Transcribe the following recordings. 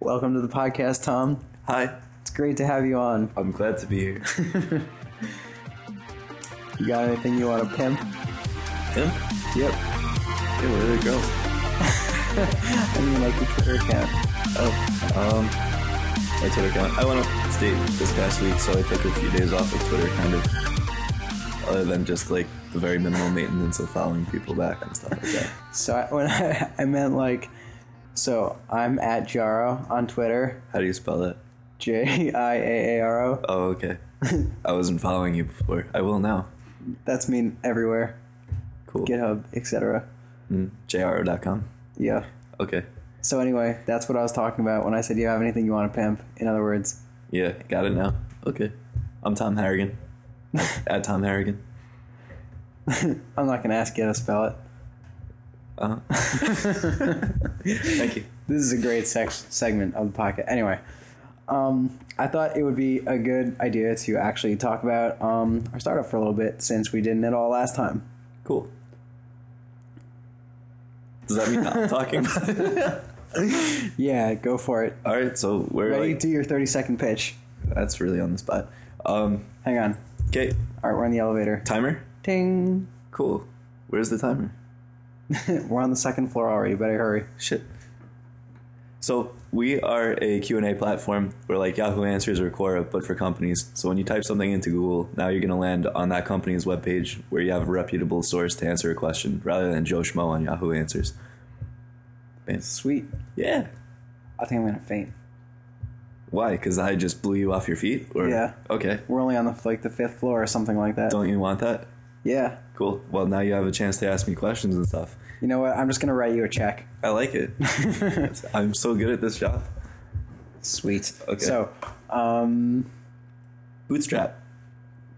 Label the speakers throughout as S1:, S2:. S1: Welcome to the podcast, Tom.
S2: Hi,
S1: It's great to have you on.
S2: I'm glad to be here.
S1: You got anything you want to pimp?
S2: Him?
S1: Yep.
S2: Yeah, where did it go?
S1: I mean, like your Twitter account.
S2: Oh, um, my Twitter account. I went up state this past week, so I took a few days off of Twitter, kind of. Other than just like the very minimal maintenance of following people back and stuff like that.
S1: So I, when I, I meant like, so I'm at Jaro on Twitter,
S2: How do you spell that?
S1: J I A A R O.
S2: Oh, okay. I wasn't following you before. I will now.
S1: That's me everywhere,
S2: Cool.
S1: GitHub, etc.
S2: JRO.com.
S1: Yeah.
S2: Okay.
S1: So anyway, that's what I was talking about when I said you have anything you want to pimp. In other words,
S2: Yeah, got it now. Okay. I'm Tom Harrigan. At Tom Harrigan.
S1: I'm not gonna ask you how to spell it.
S2: Uh-huh. Thank you.
S1: This is a great sex- segment of the pocket. Anyway, um, I thought it would be a good idea to actually talk about um, our startup for a little bit since we didn't at all last time.
S2: Cool. Does that mean I'm talking?
S1: Yeah, go for it.
S2: All right, so we're
S1: Ready?
S2: like-
S1: Do your 30 second pitch.
S2: that's really on the spot. Um,
S1: Hang on.
S2: okay,
S1: All right, we're in the elevator.
S2: timer.
S1: Ting.
S2: Cool. Where's the timer?
S1: we're on the second floor already. Better hurry.
S2: Shit. So we are a Q&A platform. We're like Yahoo Answers or Quora, but for companies. So when you type something into Google, now you're going to land on that company's webpage where you have a reputable source to answer a question rather than Joe Schmo on Yahoo Answers. Man,
S1: Sweet.
S2: Yeah.
S1: I think I'm gonna faint.
S2: Why? Because I just blew you off your feet? Or?
S1: Yeah.
S2: Okay.
S1: We're only on the like the fifth floor or something like that.
S2: Don't you want that?
S1: Yeah.
S2: Cool. Well, now you have a chance to ask me questions and stuff.
S1: You know what? I'm just gonna write you a check.
S2: I like it. I'm so good at this job.
S1: Sweet.
S2: Okay.
S1: So, um,
S2: Bootstrap,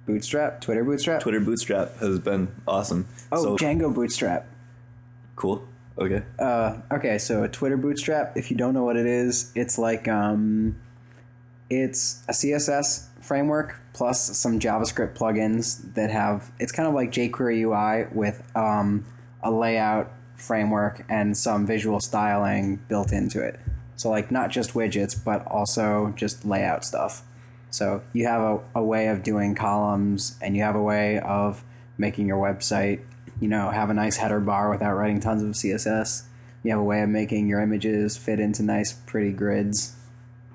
S1: Bootstrap, Twitter Bootstrap.
S2: Twitter Bootstrap has been awesome.
S1: Oh,
S2: so,
S1: Django Bootstrap.
S2: cool. Okay.
S1: Uh, okay, so a Twitter Bootstrap. If you don't know what it is, it's like um, it's a CSS framework plus some JavaScript plugins that have. It's kind of like jQuery UI with um, a layout framework and some visual styling built into it. So like not just widgets, but also just layout stuff. So you have a, a way of doing columns and you have a way of making your website, you know, have a nice header bar without writing tons of CSS. You have a way of making your images fit into nice, pretty grids.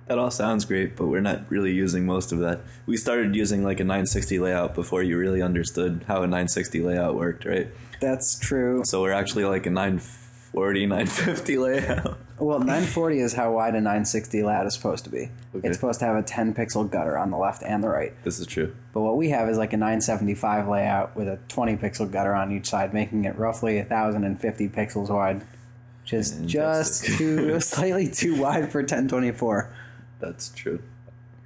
S2: That all sounds great, but we're not really using most of that. We started using like a 960 layout before you really understood how a 960 layout worked, right?
S1: That's true.
S2: So we're actually like a 940, 950 layout.
S1: Well, 940 is how wide a 960 layout is supposed to be.
S2: Okay.
S1: It's supposed to have a 10 pixel gutter on the left and the right.
S2: This is true.
S1: But what we have is like a 975 layout with a 20 pixel gutter on each side, making it roughly 1,050 pixels wide, which is just
S2: Fantastic.
S1: too slightly too wide for 1024.
S2: That's true.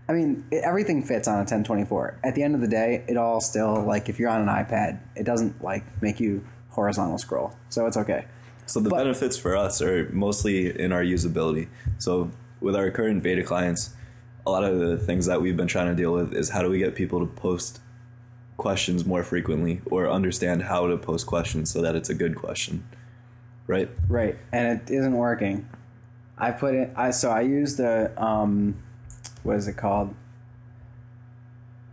S1: I mean, it, everything fits on a 1024. At the end of the day, it all still like if you're on an iPad, it doesn't like make you horizontal scroll, so it's okay.
S2: So the benefits for us are mostly in our usability. So with our current beta clients, a lot of the things that we've been trying to deal with is how do we get people to post questions more frequently or understand how to post questions so that it's a good question. Right?
S1: Right, and it isn't working. I put it. I so I use the um, what is it called?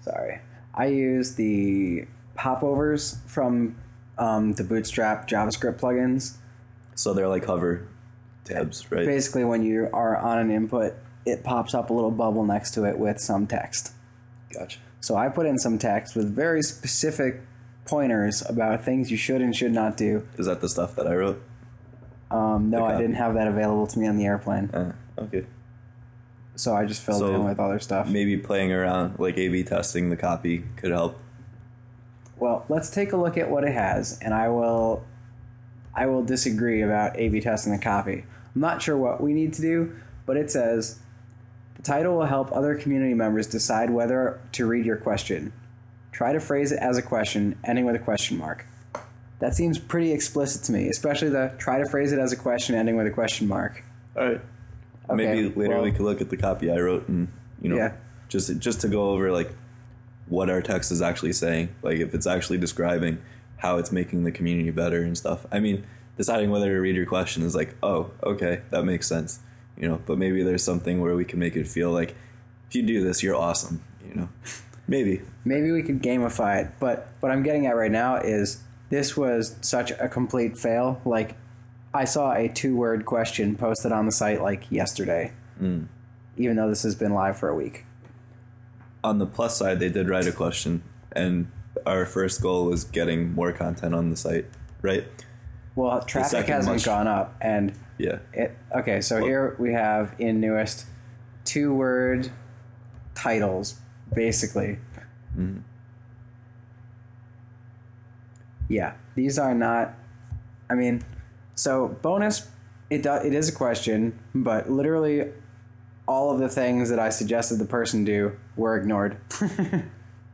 S1: Sorry, I use the popovers from um, the Bootstrap JavaScript plugins.
S2: So they're like hover tabs, right?
S1: Basically, when you are on an input, it pops up a little bubble next to it with some text.
S2: Gotcha.
S1: So I put in some text with very specific pointers about things you should and should not do.
S2: Is that the stuff that I wrote?
S1: Um, no, I
S2: copy.
S1: didn't have that available to me on the airplane,
S2: Uh, okay.
S1: so I just filled
S2: So-
S1: in with other stuff.
S2: Maybe playing around like A B testing the copy could help.
S1: Well, let's take a look at what it has, and I will, I will disagree about A/B testing the copy. I'm not sure what we need to do, but it says the title will help other community members decide whether to read your question. Try to phrase it as a question, ending with a question mark. That seems pretty explicit to me, especially the try to phrase it as a question, ending with a question mark.
S2: All right.
S1: Okay,
S2: Maybe later
S1: well-
S2: we could look at the copy I wrote and you know
S1: Yeah.
S2: just just to go over like what our text is actually saying, like if it's actually describing how it's making the community better and stuff. I mean, deciding whether to read your question is like, oh, okay, that makes sense. you know. But maybe there's something where we can make it feel like if you do this, you're awesome, you know. Maybe
S1: Maybe we could gamify it, but what I'm getting at right now is this was such a complete fail. Like, I saw a two word question posted on the site like yesterday,
S2: Hmm.
S1: even though this has been live for a week.
S2: on the plus side, they did write a question, and our first goal was getting more content on the site, right?
S1: Well, traffic
S2: second
S1: hasn't
S2: much-
S1: gone up, and
S2: Yeah.
S1: it. Okay, so here we have in newest two word titles, basically. Yeah, these are not. I mean, so bonus. It do, it is a question, but literally, all of the things that I suggested the person do were ignored,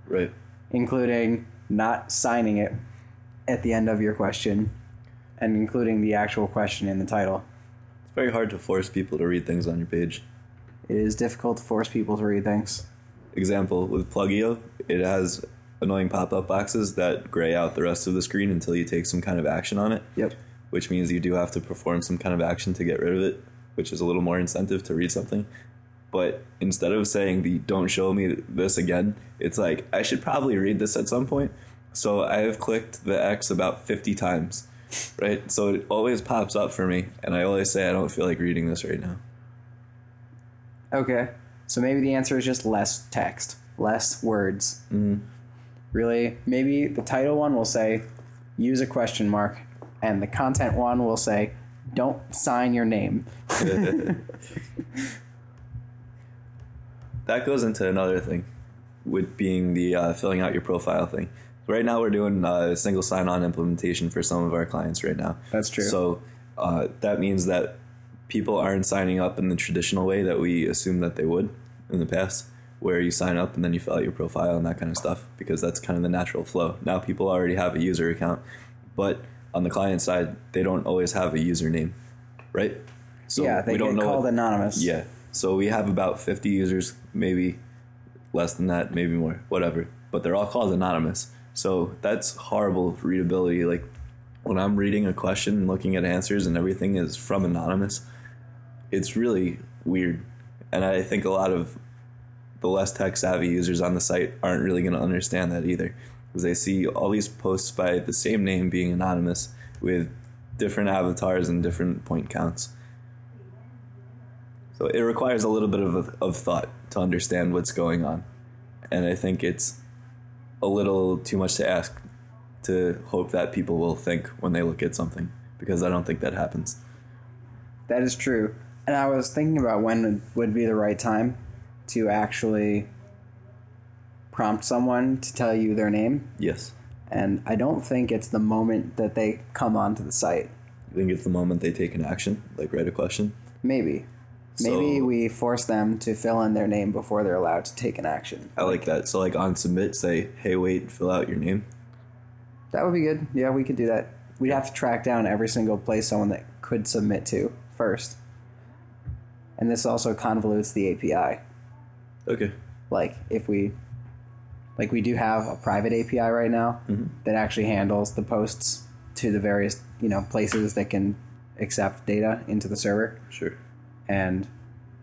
S2: Right.
S1: including not signing it at the end of your question, and including the actual question in the title.
S2: It's very hard to force people to read things on your page.
S1: It is difficult to force people to read things.
S2: Example with Plugio, it has annoying pop up boxes that gray out the rest of the screen until you take some kind of action on it.
S1: Yep.
S2: Which means you do have to perform some kind of action to get rid of it, which is a little more incentive to read something. But instead of saying the don't show me this again, it's like I should probably read this at some point. So I have clicked the X about 50 times, right? So it always pops up for me, and I always say I don't feel like reading this right now.
S1: Okay. So maybe the answer is just less text, less words. Mm.
S2: Mm-hmm.
S1: Really, maybe the title one will say, use a question mark, and the content one will say, don't sign your name.
S2: that goes into another thing with being the uh, filling out your profile thing right now we're doing uh, single sign-on implementation for some of our clients right now
S1: That's true.
S2: so uh, that means that people aren't signing up in the traditional way that we assume that they would in the past where you sign up and then you fill out your profile and that kind of stuff because that's kind of the natural flow now people already have a user account but on the client side they don't always have a username right so
S1: yeah, they
S2: we
S1: get called
S2: what-
S1: anonymous.
S2: yeah. So we have about 50 users, maybe less than that, maybe more, whatever. But they're all called anonymous. So that's horrible readability. Like when I'm reading a question and looking at answers and everything is from anonymous, it's really weird. And I think a lot of the less tech savvy users on the site aren't really going to understand that either. Because they see all these posts by the same name being anonymous with different avatars and different point counts. So it requires a little bit of, of thought to understand what's going on. And I think it's a little too much to ask to hope that people will think when they look at something, because I don't think that happens.
S1: That is true. And I was thinking about when would- would be the right time to actually prompt someone to tell you their name.
S2: Yes.
S1: And I don't think it's the moment that they come onto the site.
S2: I think it's the moment they take an action, like write a question.
S1: Maybe. Maybe
S2: So-
S1: we force them to fill in their name before they're allowed to take an action.
S2: I like that. So, like on submit, say, hey, wait, fill out your name.
S1: That would be good. Yeah, we could do that. We'd have to track down every single place someone that could submit to first. And this also convolutes the API.
S2: Okay.
S1: Like if we like we do have a private API right now that actually handles the posts to the various, you know, places that can accept data into the server.
S2: Sure.
S1: and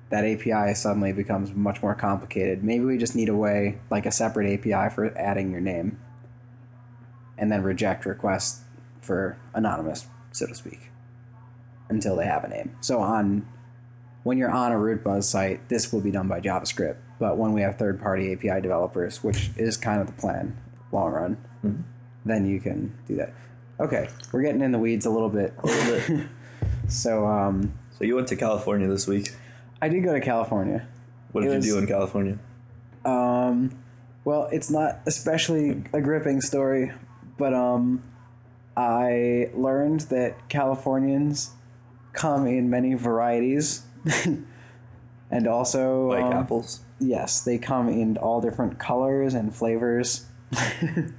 S1: that API suddenly becomes much more complicated. Maybe we just need a way, like a separate API for adding your name, and then reject requests for anonymous, so to speak, until they have a name. So on when you're on a RootBuzz site, this will be done by JavaScript. But when we have third-party API developers, which is kind of the plan, long run,
S2: Mm-hmm.
S1: then you can do that. Okay, we're getting in the weeds a little bit.
S2: A little bit.
S1: So um,
S2: so, you went to California this week.
S1: I did go to California.
S2: What did
S1: It was-
S2: you do in California?
S1: Um, well, it's not especially a gripping story, but um, I learned that Californians come in many varieties, and also
S2: Like
S1: um,
S2: apples,
S1: Yes, they come in all different colors and flavors.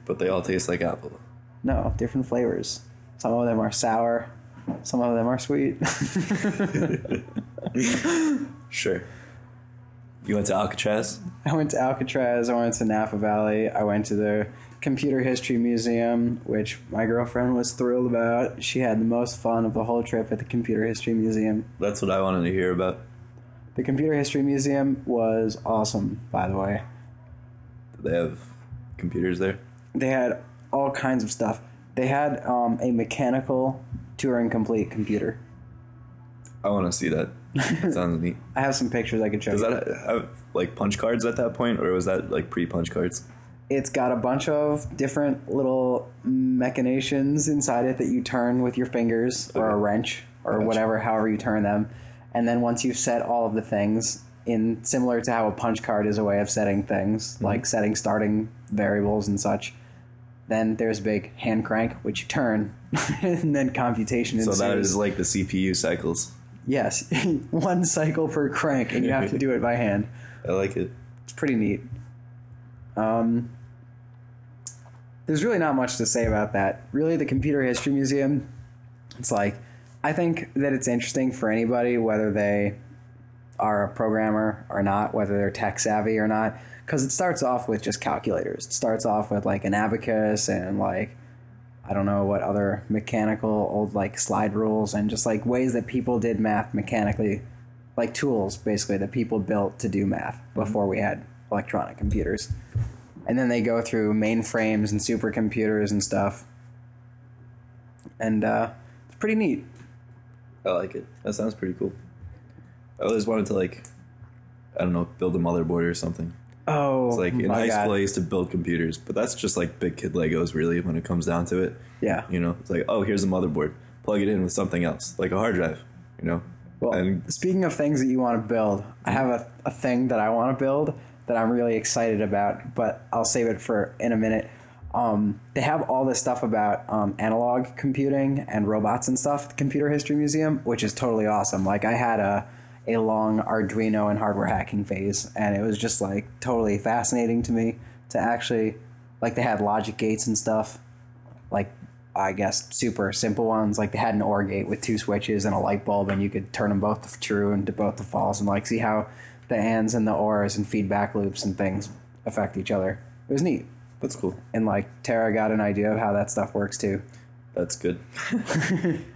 S2: but they all taste like apple.
S1: No, different flavors. Some of them are sour, some of them are sweet.
S2: Sure. You went to Alcatraz?
S1: I went to Alcatraz. I went to Napa Valley. I went to the Computer History Museum, which my girlfriend was thrilled about. She had the most fun of the whole trip at the Computer History Museum.
S2: That's what I wanted to hear about.
S1: The Computer History Museum was awesome, by the way.
S2: Do they have computers there?
S1: They had all kinds of stuff. They had um, a mechanical Turing complete computer.
S2: I want to see that. that sounds neat.
S1: I have some pictures I could show
S2: Does
S1: you.
S2: that have like punch cards at that point, or was that like pre-punch cards?
S1: it's got a bunch of different little machinations inside it that you turn with your fingers or a
S2: Okay.
S1: wrench or
S2: Gotcha.
S1: whatever, however you turn them. And then once you've set all of the things in similar to how a punch card is a way of setting things,
S2: Mm-hmm.
S1: like setting starting variables and such, then there's a big hand crank which you turn and then computation
S2: So
S1: ensues.
S2: that is like the CPU cycles.
S1: yes, one cycle per crank and you have to do it by hand.
S2: I like it.
S1: It's pretty neat. Um, there's really not much to say about that. Really, the Computer History Museum, it's like, I think that it's interesting for anybody, whether they are a programmer or not, whether they're tech savvy or not, because it starts off with just calculators. It starts off with like an abacus and like, I don't know what other mechanical old like slide rules and just like ways that people did math mechanically, like tools basically that people built to do math
S2: Mm-hmm.
S1: before we had electronic computers. And then they go through mainframes and supercomputers and stuff. And uh, it's pretty neat.
S2: I like it. That sounds pretty cool. I always wanted to like, I don't know, build a motherboard or something.
S1: Oh,
S2: It's like in
S1: my
S2: high
S1: God.
S2: school, I used to build computers, but that's just like big kid Legos, really. When it comes down to it,
S1: Yeah.
S2: you know, it's like, oh, here's a motherboard. Plug it in with something else, like a hard drive. You know,
S1: Well,
S2: and
S1: speaking of things that you want to build, I have a, a thing that I want to build that I'm really excited about, but I'll save it for in a minute. Um, they have all this stuff about um, analog computing and robots and stuff at the Computer History Museum, which is totally awesome. Like, I had a, a long Arduino and hardware hacking phase, and it was just like totally fascinating to me to actually, like, they had logic gates and stuff like I guess super simple ones. Like they had an OR gate with two switches and a light bulb, and you could turn them both to true and to both to false, and like see how the ands and the ors and feedback loops and things affect each other. It was neat,
S2: that's cool.
S1: and like Tara got an idea of how that stuff works too,
S2: That's good.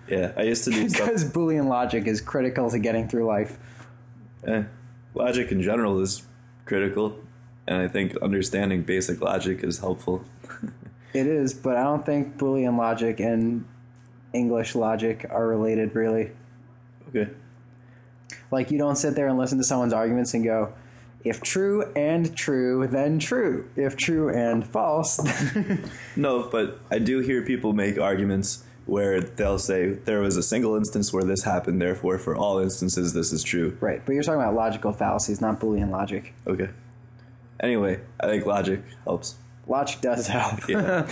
S2: yeah, I used to do stuff.
S1: because Boolean logic is critical to getting through life.
S2: Eh, logic in general is critical, and I think understanding basic logic is helpful.
S1: It is, but I don't think Boolean logic and English logic are related really.
S2: Okay.
S1: Like you don't sit there and listen to someone's arguments and go, if true and true, then true. If true and false,
S2: No, but I do hear people make arguments where they'll say there was a single instance where this happened, therefore for all instances this is true.
S1: right. But you're talking about logical fallacies, not Boolean logic.
S2: Okay. Anyway, I think logic helps.
S1: Logic does help.
S2: Yeah.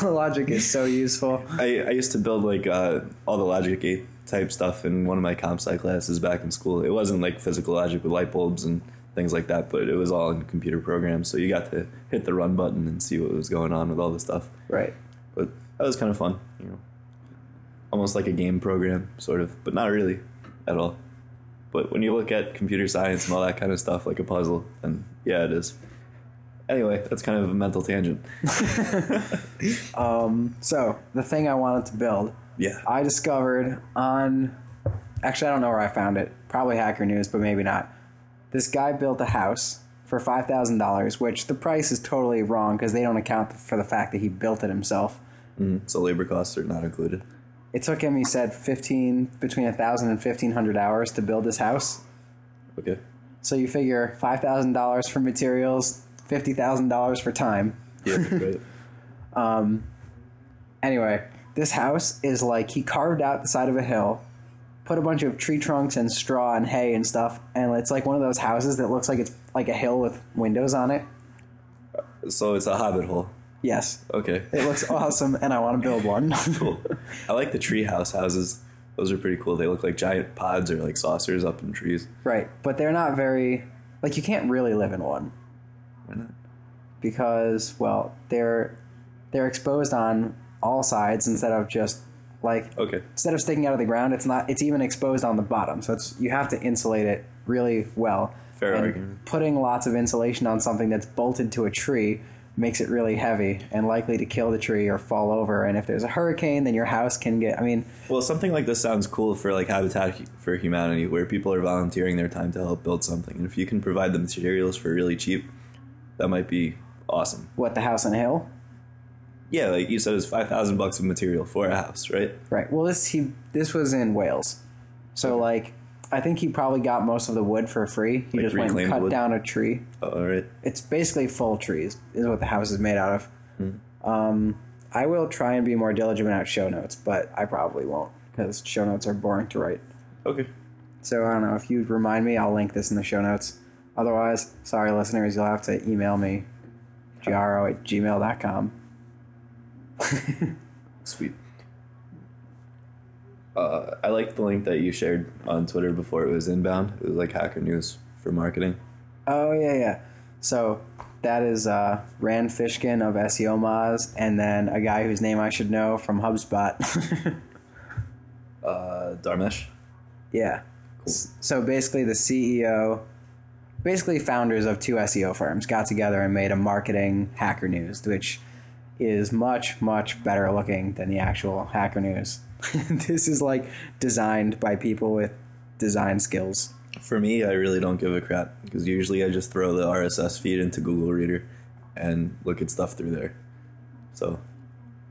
S1: logic is so useful.
S2: I, I used to build like uh, all the logic gate type stuff in one of my comp sci classes back in school. It wasn't like physical logic with light bulbs and things like that, but it was all in computer programs. So you got to hit the run button and see what was going on with all the stuff.
S1: Right.
S2: But that was kind of fun, you know. Almost like a game program, sort of, but not really at all. But when you look at computer science and all that kind of stuff like a puzzle, then yeah, it is. Anyway, that's kind of a mental tangent.
S1: So the thing I wanted to build,
S2: Yeah.
S1: I discovered on actually I don't know where I found it. Probably Hacker News, but maybe not. This guy built a house for five thousand dollars, which the price is totally wrong because they don't account for the fact that he built it himself.
S2: So labor costs are not included.
S1: It took him, he said, fifteen between a thousand and fifteen hundred hours to build this house.
S2: Okay.
S1: So you figure five thousand dollars for materials, fifty thousand dollars for time.
S2: Yeah, right.
S1: Anyway, this house is like he carved out the side of a hill, put a bunch of tree trunks and straw and hay and stuff, and it's like one of those houses that looks like it's like a hill with windows on it.
S2: So it's a hobbit hole.
S1: Yes,
S2: Okay.
S1: it looks awesome, and I want to build one.
S2: Cool. I like the treehouse houses. Those are pretty cool. They look like giant pods or like saucers up in trees.
S1: Right, but they're not very like you can't really live in one.
S2: Why not?
S1: because well they're they're exposed on all sides instead of just like
S2: Okay.
S1: instead of sticking out of the ground it's not it's even exposed on the bottom so it's you have to insulate it really well
S2: Fair
S1: and
S2: argument.
S1: putting lots of insulation on something that's bolted to a tree makes it really heavy and likely to kill the tree or fall over. And if there's a hurricane, then your house can get. I mean,
S2: Well, something like this sounds cool for like Habitat Hu- for Humanity, where people are volunteering their time to help build something. And if you can provide the materials for really cheap, that might be awesome.
S1: what the house on a hill,
S2: Yeah, like you said, it's five thousand bucks of material for a house, right?
S1: right? Well, this he this was in Wales, so like I think he probably got most of the wood for free. He
S2: Like
S1: just went and
S2: reclaimed
S1: cut
S2: wood?
S1: down a tree.
S2: Oh, All right.
S1: It's basically full trees is what the house is made out of.
S2: Hmm.
S1: Um, I will try and be more diligent about show notes, but I probably won't because show notes are boring to write.
S2: Okay.
S1: So I don't know if you remind me, I'll link this in the show notes. Otherwise, sorry listeners, you'll have to email me gro at gmail.com.
S2: Sweet. Uh, I liked the link that you shared on Twitter before it was inbound. It was like Hacker News for marketing.
S1: Oh yeah, yeah. So that is uh, Rand Fishkin of SEO Moz, and then a guy whose name I should know from HubSpot.
S2: Uh, Darmesh.
S1: yeah. S- So basically, the CEO, basically founders of two SEO firms, got together and made a marketing Hacker News, which is much much better looking than the actual Hacker News. this is like designed by people with design skills.
S2: For me, I really don't give a crap because usually I just throw the RSS feed into Google Reader and look at stuff through there. So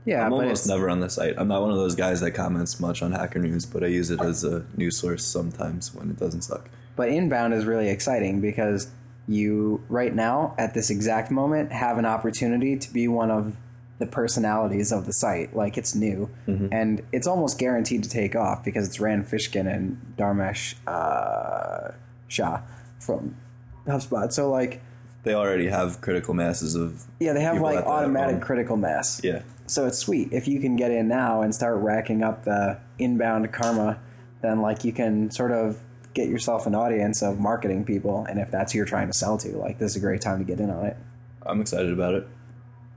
S1: Yeah,
S2: I'm
S1: but
S2: almost
S1: it's-
S2: never on the site. I'm not one of those guys that comments much on Hacker News, but I use it as a news source sometimes when it doesn't suck.
S1: But inbound is really exciting because you, right now, at this exact moment, have an opportunity to be one of the personalities of the site. Like it's new and it's almost guaranteed to take off because it's Rand Fishkin and Dharmesh uh, Shah from HubSpot. So, like,
S2: They already have critical masses of
S1: yeah, they have
S2: people
S1: like
S2: at that
S1: automatic
S2: level.
S1: critical mass.
S2: yeah,
S1: So it's sweet if you can get in now and start racking up the inbound karma. Then like you can sort of get yourself an audience of marketing people, and if that's who you're trying to sell to, like this is a great time to get in on it.
S2: I'm excited about it.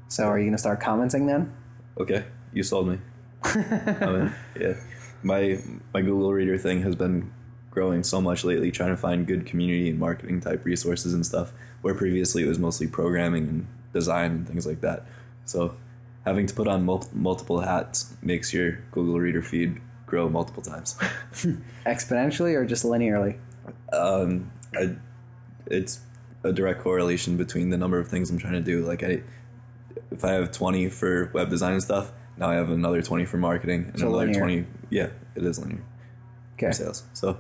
S1: So are you gonna start commenting then?
S2: Okay, you sold me. I mean, yeah, my my Google Reader thing has been growing so much lately, trying to find good community and marketing type resources and stuff. Where previously it was mostly programming and design and things like that. So having to put on mul- multiple hats makes your Google Reader feed grow multiple times.
S1: Exponentially or just linearly?
S2: um, I, it's a direct correlation between the number of things I'm trying to do. Like I, if I have 20 for web design and stuff, now I have another 20 for marketing and
S1: So
S2: another
S1: linear.
S2: 20. Yeah, it is linear for
S1: Okay.
S2: sales. So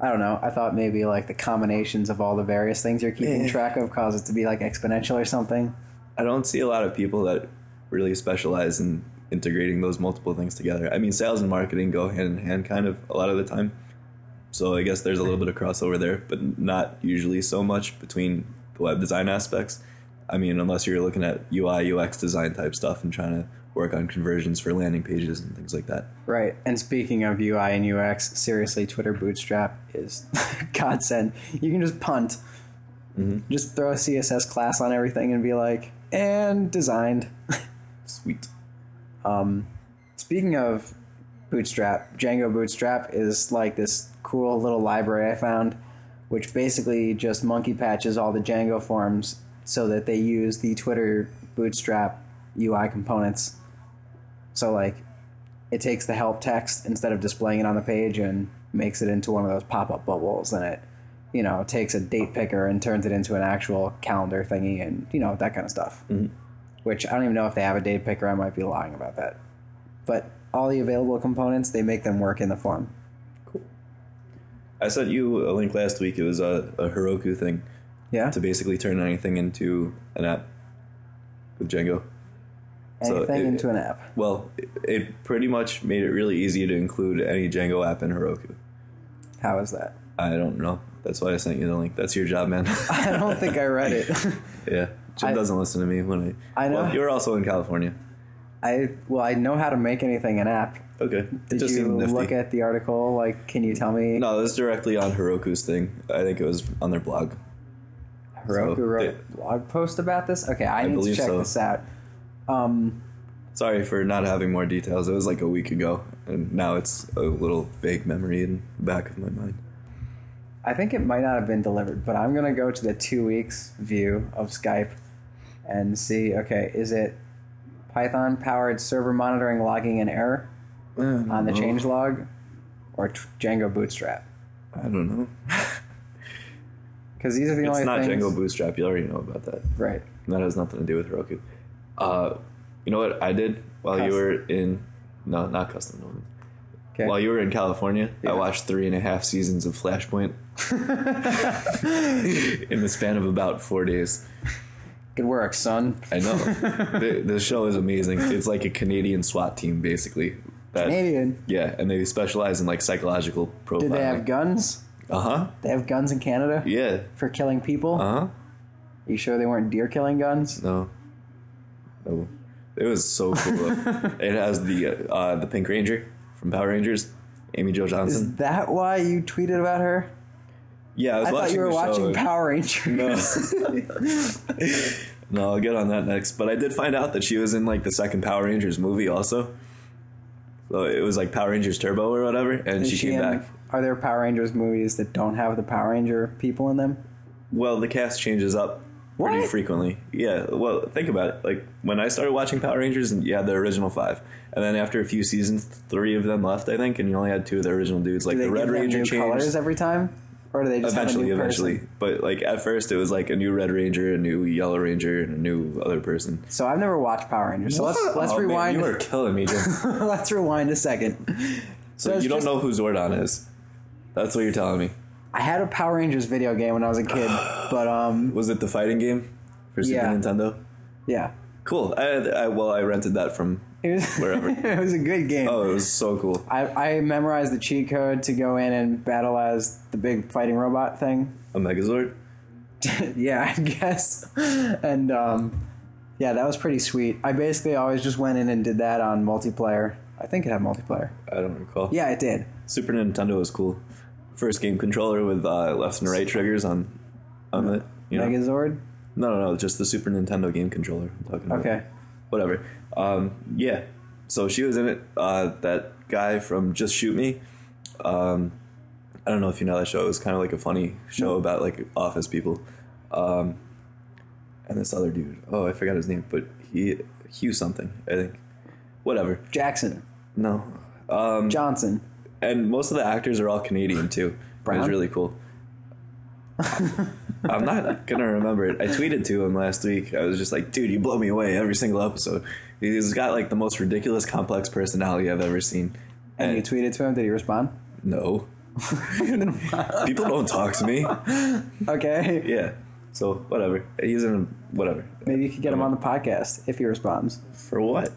S1: I don't know. I thought maybe like the combinations of all the various things you're keeping
S2: Yeah.
S1: track of cause it to be like exponential or something.
S2: I don't see a lot of people that really specialize in integrating those multiple things together. I mean, sales and marketing go hand in hand kind of a lot of the time. So I guess there's a little bit of crossover there, but not usually so much between the web design aspects. I mean, unless you're looking at UI, UX design type stuff and trying to work on conversions for landing pages and things like that.
S1: Right. And speaking of UI and UX, seriously, Twitter Bootstrap is godsend. You can just punt. Just throw a CSS class on everything and be like, and designed.
S2: Sweet.
S1: Speaking of Bootstrap, Django Bootstrap is like this cool little library I found, which basically just monkey patches all the Django forms so that they use the Twitter Bootstrap UI components. So, like, it takes the help text instead of displaying it on the page and makes it into one of those pop up bubbles, and it, you know, takes a date picker and turns it into an actual calendar thingy and, you know, that kind of stuff. Which I don't even know if they have a date picker. I might be lying about that but all the available components they make them work in the form
S2: I sent you a link last week. It was a, a Heroku thing
S1: yeah
S2: to basically turn anything into an app with Django. so
S1: anything
S2: it-
S1: into an app
S2: Well, it, it pretty much made it really easy to include any Django app in Heroku.
S1: how is that
S2: I don't know. That's why I sent you the link. That's your job, man.
S1: i don't think i read it
S2: yeah. Jim
S1: I-
S2: doesn't listen to me when I.
S1: I know.
S2: Well, you're also in California.
S1: i well i know how to make anything an app
S2: Okay.
S1: did you look at the article like can you tell me
S2: No, this is directly on Heroku's thing. I think it was on their blog.
S1: heroku
S2: so
S1: wrote
S2: they-
S1: a blog post about this okay i, need to
S2: believe
S1: check
S2: so.
S1: this out um
S2: Sorry for not having more details. It was like a week ago, and now it's a little vague memory in the back of my mind.
S1: I think it might not have been delivered, but I'm gonna go to the two weeks view of Skype and see okay, is it Python powered server monitoring logging an error on the change log or t- Django Bootstrap?
S2: I don't know.
S1: Because these are the
S2: It's
S1: only
S2: not
S1: things.
S2: Django Bootstrap. You already know about that.
S1: Right.
S2: That has nothing to do with Heroku. Uh, you know what I did while you
S1: Custom.
S2: were in? No, not custom. Domain.
S1: Okay.
S2: While you were in California,
S1: Yeah.
S2: I watched three and a half seasons of Flashpoint in the span of about four days.
S1: Good work, son.
S2: I know the, the show is amazing. It's like a Canadian SWAT team, basically. That,
S1: Canadian.
S2: Yeah, and they specialize in like psychological profiling.
S1: Did they have guns?
S2: Uh huh.
S1: They have guns in Canada
S2: Yeah.
S1: for killing people.
S2: Uh huh.
S1: you sure they weren't deer killing guns?
S2: No. No. It was so cool. it has the uh, the Pink Ranger from Power Rangers, Amy Jo Johnson.
S1: Is that why you tweeted about her?
S2: yeah, I was uh,
S1: I
S2: watching
S1: thought you were
S2: the
S1: watching
S2: show.
S1: Power Rangers.
S2: No, I'll get on that next. But I did find out that she was in like the second Power Rangers movie also. So it was like Power Rangers Turbo or whatever, and
S1: Is
S2: she,
S1: she
S2: came
S1: in-
S2: back.
S1: Are there Power Rangers movies that don't have the Power Ranger people in them?
S2: Well, the cast changes up pretty
S1: What?
S2: frequently. Yeah, well, think about it. Like when I started watching Power Rangers, and you had the original five, and then after a few seasons, three of them left, I think, and you only had two of the original dudes. Like
S1: Do they
S2: the Red
S1: give them
S2: Ranger
S1: new
S2: changed
S1: colors every time, or do they just
S2: eventually,
S1: have a new
S2: eventually.
S1: person?
S2: But like at first, it was like a new Red Ranger, a new Yellow Ranger, and a new other person.
S1: So I've never watched Power Rangers. So let's let's
S2: Oh, man,
S1: rewind.
S2: you are killing me, Jim.
S1: let's rewind a second.
S2: so
S1: it's
S2: you don't
S1: just-
S2: know who Zordon is. That's what you're telling me.
S1: I had a Power Rangers video game when I was a kid, but um,
S2: Was it the fighting game for Super
S1: Yeah.
S2: Nintendo?
S1: yeah,
S2: Cool. I, I well, I rented that from.
S1: it was
S2: Wherever.
S1: it was a good game.
S2: Oh, it was so cool.
S1: I, I memorized the cheat code to go in and battle as the big fighting robot thing.
S2: A Megazord.
S1: yeah, I guess. And um, yeah, that was pretty sweet. I basically always just went in and did that on multiplayer. I think it had multiplayer.
S2: I don't recall.
S1: Yeah, it did.
S2: Super Nintendo was cool. First game controller with uh, left and right triggers on on it. You know?
S1: Megazord.
S2: No, no, no. Just the Super Nintendo game controller. I'm talking about.
S1: Okay.
S2: Whatever. Um, yeah. So she was in it. Uh, that guy from Just Shoot Me. Um, I don't know if you know that show. It was kind of like a funny show about like office people. Um, and this other dude. Oh, I forgot his name, but he Hugh something. I think. Whatever.
S1: Jackson.
S2: No, Um,
S1: Johnson.
S2: and most of the actors are all Canadian too. It was
S1: Brown?
S2: really cool. I'm not gonna remember it. I tweeted to him last week. I was just like, "Dude, you blow me away every single episode." He's got like the most ridiculous, complex personality I've ever seen.
S1: And you
S2: And
S1: tweeted to him. Did he respond?
S2: no, people don't talk to me.
S1: Okay.
S2: Yeah, so whatever. He's in whatever
S1: Maybe you could get him on the podcast if he responds.
S2: for what?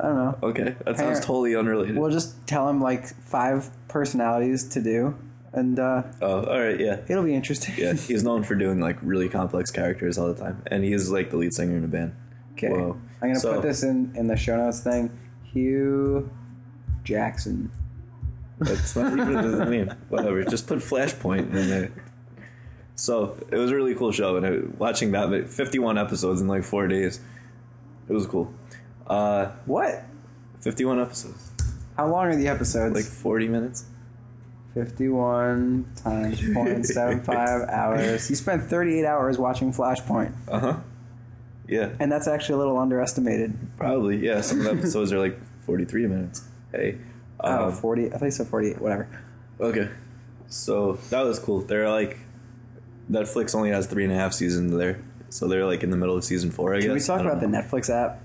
S1: I don't know.
S2: Okay, that sounds
S1: Parent-
S2: totally unrelated.
S1: We'll just tell him like five personalities to do, and uh,
S2: Oh, all right, yeah.
S1: it'll be interesting.
S2: yeah, he's known for doing like really complex characters all the time, and he is like the lead singer in a band.
S1: Okay.
S2: Whoa.
S1: I'm gonna
S2: So-
S1: put this in in the show notes thing. Hugh Jackson.
S2: That's not even his name. Whatever. Just put Flashpoint in there. So it was a really cool show, and it, watching that, but 51 episodes in like four days, it was cool. Uh,
S1: What?
S2: 51 episodes,
S1: How long are the episodes?
S2: like 40 minutes.
S1: 51 times 0.75 hours. You spent 38 hours watching Flashpoint,
S2: Uh huh. Yeah,
S1: and that's actually a little underestimated.
S2: probably. Yeah, some of the episodes are like 43 minutes. Hey.
S1: Oh,
S2: um,
S1: 40. I think so. 48. Whatever.
S2: Okay. So that was cool. They're like Netflix only has three and a half seasons there. So they're like in the middle of season four, I guess.
S1: Can we talk about the Netflix app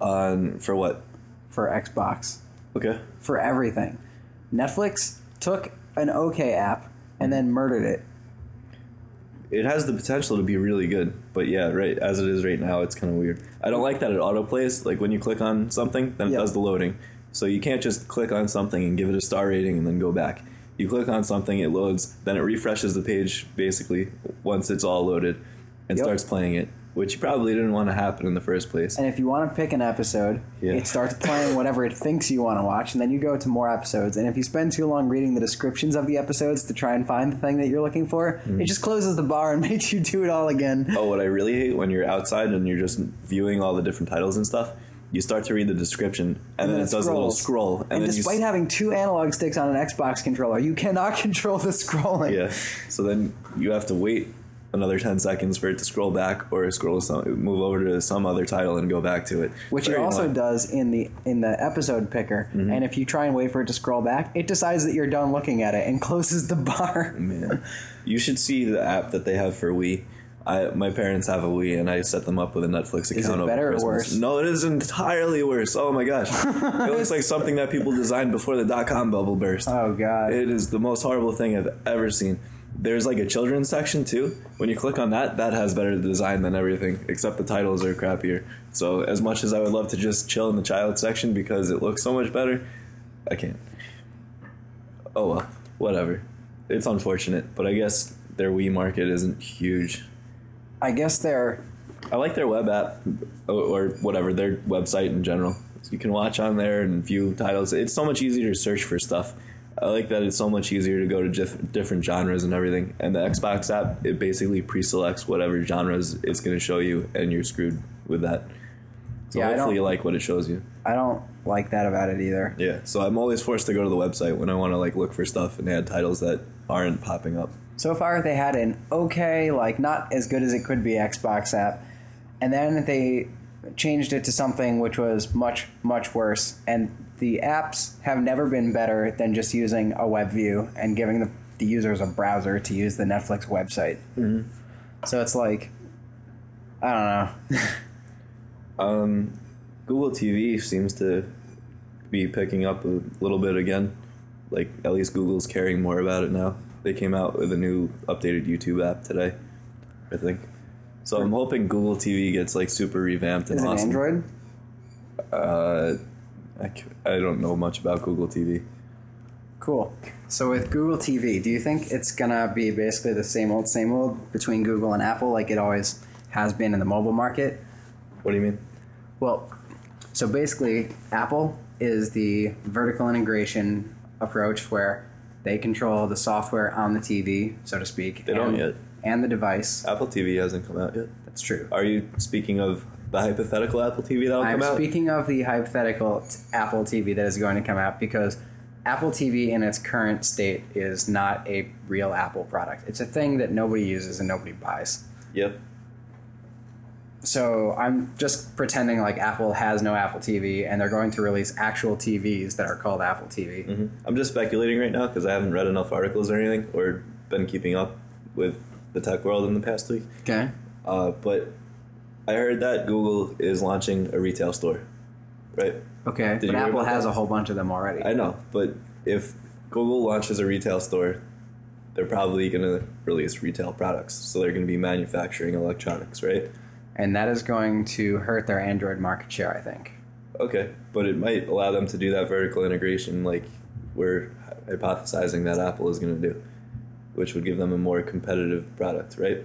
S2: the on for what?
S1: for Xbox?
S2: Okay.
S1: for everything. Netflix took an OK app and then murdered it.
S2: It has the potential to be really good, but yeah, right as it is right now, it's kind of weird. I don't like that it autoplays. Like when you click on something, then it
S1: Yeah.
S2: does the loading. So you can't just click on something and give it a star rating and then go back. You click on something, it loads, then it refreshes the page basically once it's all loaded and
S1: Yep.
S2: starts playing it, which you probably didn't want to happen in the first place.
S1: And if you want to pick an episode,
S2: Yeah.
S1: it starts playing whatever it thinks you want to watch, and then you go to more episodes. And if you spend too long reading the descriptions of the episodes to try and find the thing that you're looking for,
S2: Mm.
S1: it just closes the bar and makes you do it all again.
S2: Oh, what I really hate when you're outside and you're just viewing all the different titles and stuff, you start to read the description and, then,
S1: then
S2: it,
S1: it
S2: does a little
S1: scrolls.
S2: scroll. And,
S1: And
S2: then
S1: despite
S2: you, s-
S1: having two analog sticks on an Xbox controller, you cannot control the scrolling.
S2: Yeah. So then you have to wait another 10 seconds for it to scroll back or scroll some move over to some other title and go back to it
S1: which it
S2: Very
S1: also
S2: annoying. Mm-hmm.
S1: does in the in the episode picker. And if you try and wait for it to scroll back, it decides that you're done looking at it and closes the bar.
S2: Man, you should see the app that they have for Wii. I, my parents have a Wii, and I set them up with a Netflix account.
S1: it
S2: over
S1: better or
S2: Christmas.
S1: worse?
S2: No, it is entirely worse. Oh my gosh, it looks like something that people designed before the dot com bubble burst.
S1: Oh god.
S2: It is the most horrible thing I've ever seen. There's like a children's section too. When you click on that, that has better design than everything, except the titles are crappier. So as much as I would love to just chill in the child section because it looks so much better, I can't. Oh well, whatever. It's unfortunate, but I guess their Wii market isn't huge.
S1: I guess they're
S2: I like their web app or, or whatever their website in general. So you can watch on there and view titles. It's so much easier to search for stuff. I like that it's so much easier to go to diff- different genres and everything. And the Xbox app, it basically pre-selects whatever genres it's going to show you, and you're screwed with that. So
S1: Yeah, I
S2: hopefully you
S1: don't-
S2: like what it shows you.
S1: I don't like that about it either.
S2: Yeah. So I'm always forced to go to the website when I want to like look for stuff, and they had titles that aren't popping up.
S1: So far they had an okay, like not as good as it could be Xbox app. And then they changed it to something which was much much worse and the apps have never been better than just using a web view and giving the, the users a browser to use the Netflix website. Mm-hmm. So it's like I don't know.
S2: Google TV seems to be picking up a little bit again. Like at least Google's caring more about it now. They came out with a new updated YouTube app today, I think. So I'm hoping Google TV gets like super revamped and
S1: Is it
S2: awesome.
S1: Android?
S2: I, c- I don't know much about Google TV.
S1: Cool. So with Google TV, do you think it's gonna be basically the same old, same old between Google and Apple, like it always has been in the mobile market?
S2: What do you mean?
S1: Well, so basically, Apple is the vertical integration approach where they control the software on the TV, so to speak.
S2: They don't
S1: and-
S2: yet.
S1: And the device.
S2: Apple TV hasn't come out yet.
S1: That's true.
S2: Are you speaking of the hypothetical Apple TV that'll
S1: I'm
S2: come out?
S1: speaking of the hypothetical t- Apple TV that is going to come out because Apple TV in its current state is not a real Apple product. It's a thing that nobody uses and nobody buys.
S2: yep.
S1: So I'm just pretending like Apple has no Apple TV and they're going to release actual TVs that are called Apple TV.
S2: I'm just speculating right now because I haven't read enough articles or anything or been keeping up with the tech world in the past week.
S1: Okay.
S2: Uh, but I heard that Google is launching a retail store, right?
S1: Okay.
S2: you
S1: but
S2: hear
S1: Apple
S2: about
S1: has a whole bunch of them already.
S2: I know, but if Google launches a retail store, they're probably going to release retail products. So they're going to be manufacturing electronics, right?
S1: and that is going to hurt their Android market share, I think.
S2: Okay, but it might allow them to do that vertical integration like we're hypothesizing that Apple is going to do, which would give them a more competitive product, right?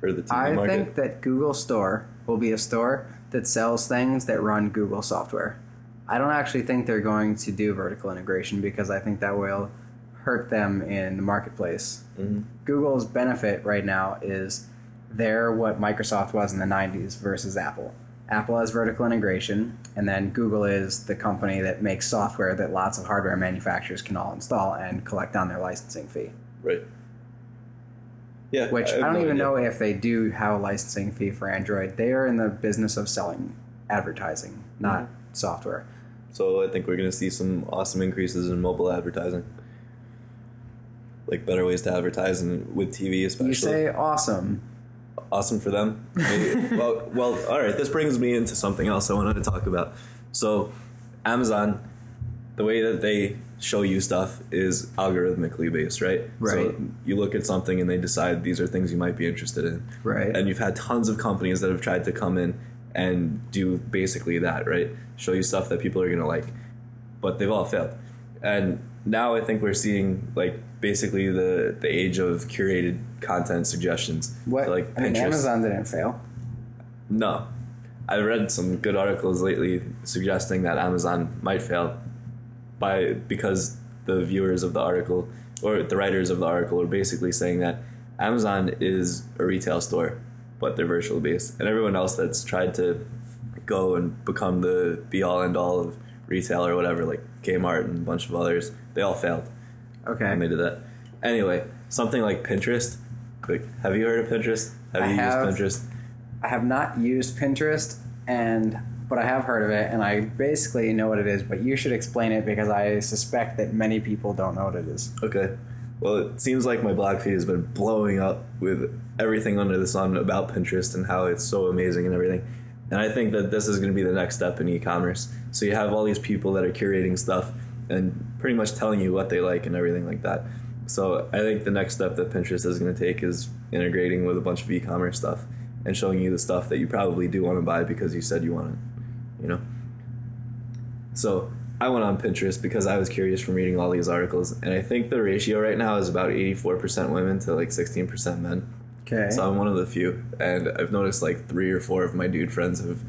S2: For the TV
S1: I
S2: market.
S1: think that Google Store will be a store that sells things that run Google software. I don't actually think they're going to do vertical integration because I think that will hurt them in the marketplace. Google's benefit right now is they're what Microsoft was in the 90s versus Apple. Apple has vertical integration, and then Google is the company that makes software that lots of hardware manufacturers can all install and collect on their licensing fee.
S2: Right. Yeah.
S1: Which I,
S2: have
S1: don't
S2: no
S1: even
S2: idea.
S1: know if they do have a licensing fee for Android. They are in the business of selling advertising, not
S2: Mm-hmm.
S1: software.
S2: So I think we're going to see some awesome increases in mobile advertising, like better ways to advertise, and with TV especially.
S1: You say awesome.
S2: awesome for them. Maybe- well, well, all right. This brings me into something else I wanted to talk about. So, Amazon, the way that they show you stuff is algorithmically based, right?
S1: Right.
S2: So you look at something and they decide these are things you might be interested in.
S1: Right.
S2: And you've had tons of companies that have tried to come in and do basically that, right? Show you stuff that people are gonna like, but they've all failed. And now I think we're seeing like basically the the age of curated content suggestions.
S1: What?
S2: like
S1: I mean,
S2: Pinterest.
S1: Amazon didn't fail.
S2: No. I read some good articles lately suggesting that Amazon might fail by because the viewers of the article or the writers of the article are basically saying that Amazon is a retail store, but they're virtual based. And everyone else that's tried to go and become the be all and all of retail or whatever, like Kmart and a bunch of others, they all failed
S1: Okay.
S2: and they did that. Anyway, something like Pinterest, quick. Have you heard of Pinterest? Have
S1: I
S2: you
S1: have.
S2: used Pinterest?
S1: I have not used Pinterest, and but I have heard of it, and I basically know what it is. But you should explain it because I suspect that many people don't know what it is.
S2: Okay. Well, it seems like my blog feed has been blowing up with everything under the sun about Pinterest and how it's so amazing and everything. And I think that this is going to be the next step in e-commerce. So you have all these people that are curating stuff and pretty much telling you what they like and everything like that. So I think the next step that Pinterest is going to take is integrating with a bunch of e-commerce stuff and showing you the stuff that you probably do want to buy because you said you want it, you know. So I went on Pinterest because I was curious from reading all these articles, and I think the ratio right now is about 84% women to like 16% men.
S1: Okay.
S2: So I'm one of the few, and I've noticed like three or four of my dude friends have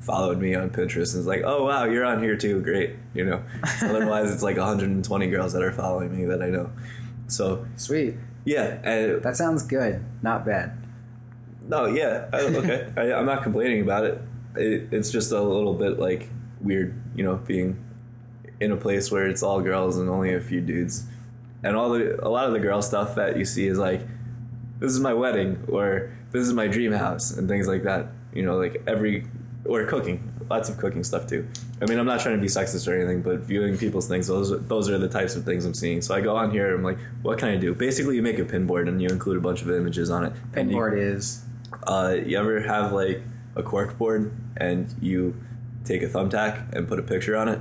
S2: followed me on Pinterest and it's like, oh wow, you're on here too, great, you know. Otherwise, it's like 120 girls that are following me that I know. So
S1: Sweet.
S2: yeah, and
S1: That sounds good. Not bad.
S2: no, Oh, yeah, I, okay. I, I'm not complaining about it. it. It's just a little bit like weird, you know, being in a place where it's all girls and only a few dudes, and all the a lot of the girl stuff that you see is like, this is my wedding or this is my dream house and things like that. You know, like every or cooking, lots of cooking stuff too. I mean, I'm not trying to be sexist or anything, but viewing people's things, those are- those are the types of things I'm seeing. So I go on here, and I'm like, what can I do? Basically, you make a pin board and you include a bunch of images on it. and you-
S1: Pinboard is
S2: uh, you ever have like a cork board and you take a thumbtack and put a picture on it,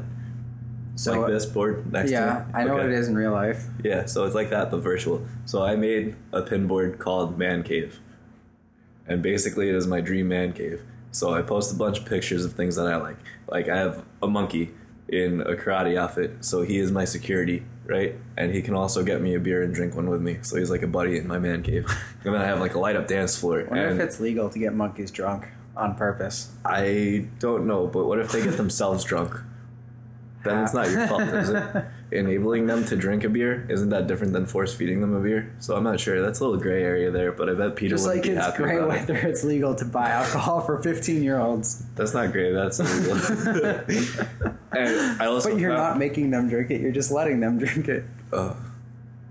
S1: so.
S2: like this board next to
S1: yeah,
S2: it?
S1: I know
S2: Okay.
S1: what it is in real life.
S2: Yeah, so it's like that but virtual. So I made a pin board called Man Cave, and basically it is my dream man cave. So I post a bunch of pictures of things that I like. Like I have a monkey in a karate outfit, so he is my security, right? And he can also get me a beer and drink one with me. So he's like a buddy in my man cave. and then I have like a light up dance floor.
S1: I wonder
S2: and
S1: if it's legal to get monkeys drunk on purpose.
S2: I don't know, but what if they get themselves drunk? Then it's not your fault, is it? Enabling them to drink a beer isn't that different than force feeding them a beer? So I'm not sure. That's a little gray area there, but I bet Peter
S1: Just
S2: would
S1: like
S2: be
S1: it's
S2: happy
S1: gray
S2: about it.
S1: whether it's legal to buy alcohol for 15 year olds,
S2: That's not gray. That's illegal. and I also
S1: but you're
S2: found-
S1: not making them drink it. You're just letting them drink it.
S2: Oh,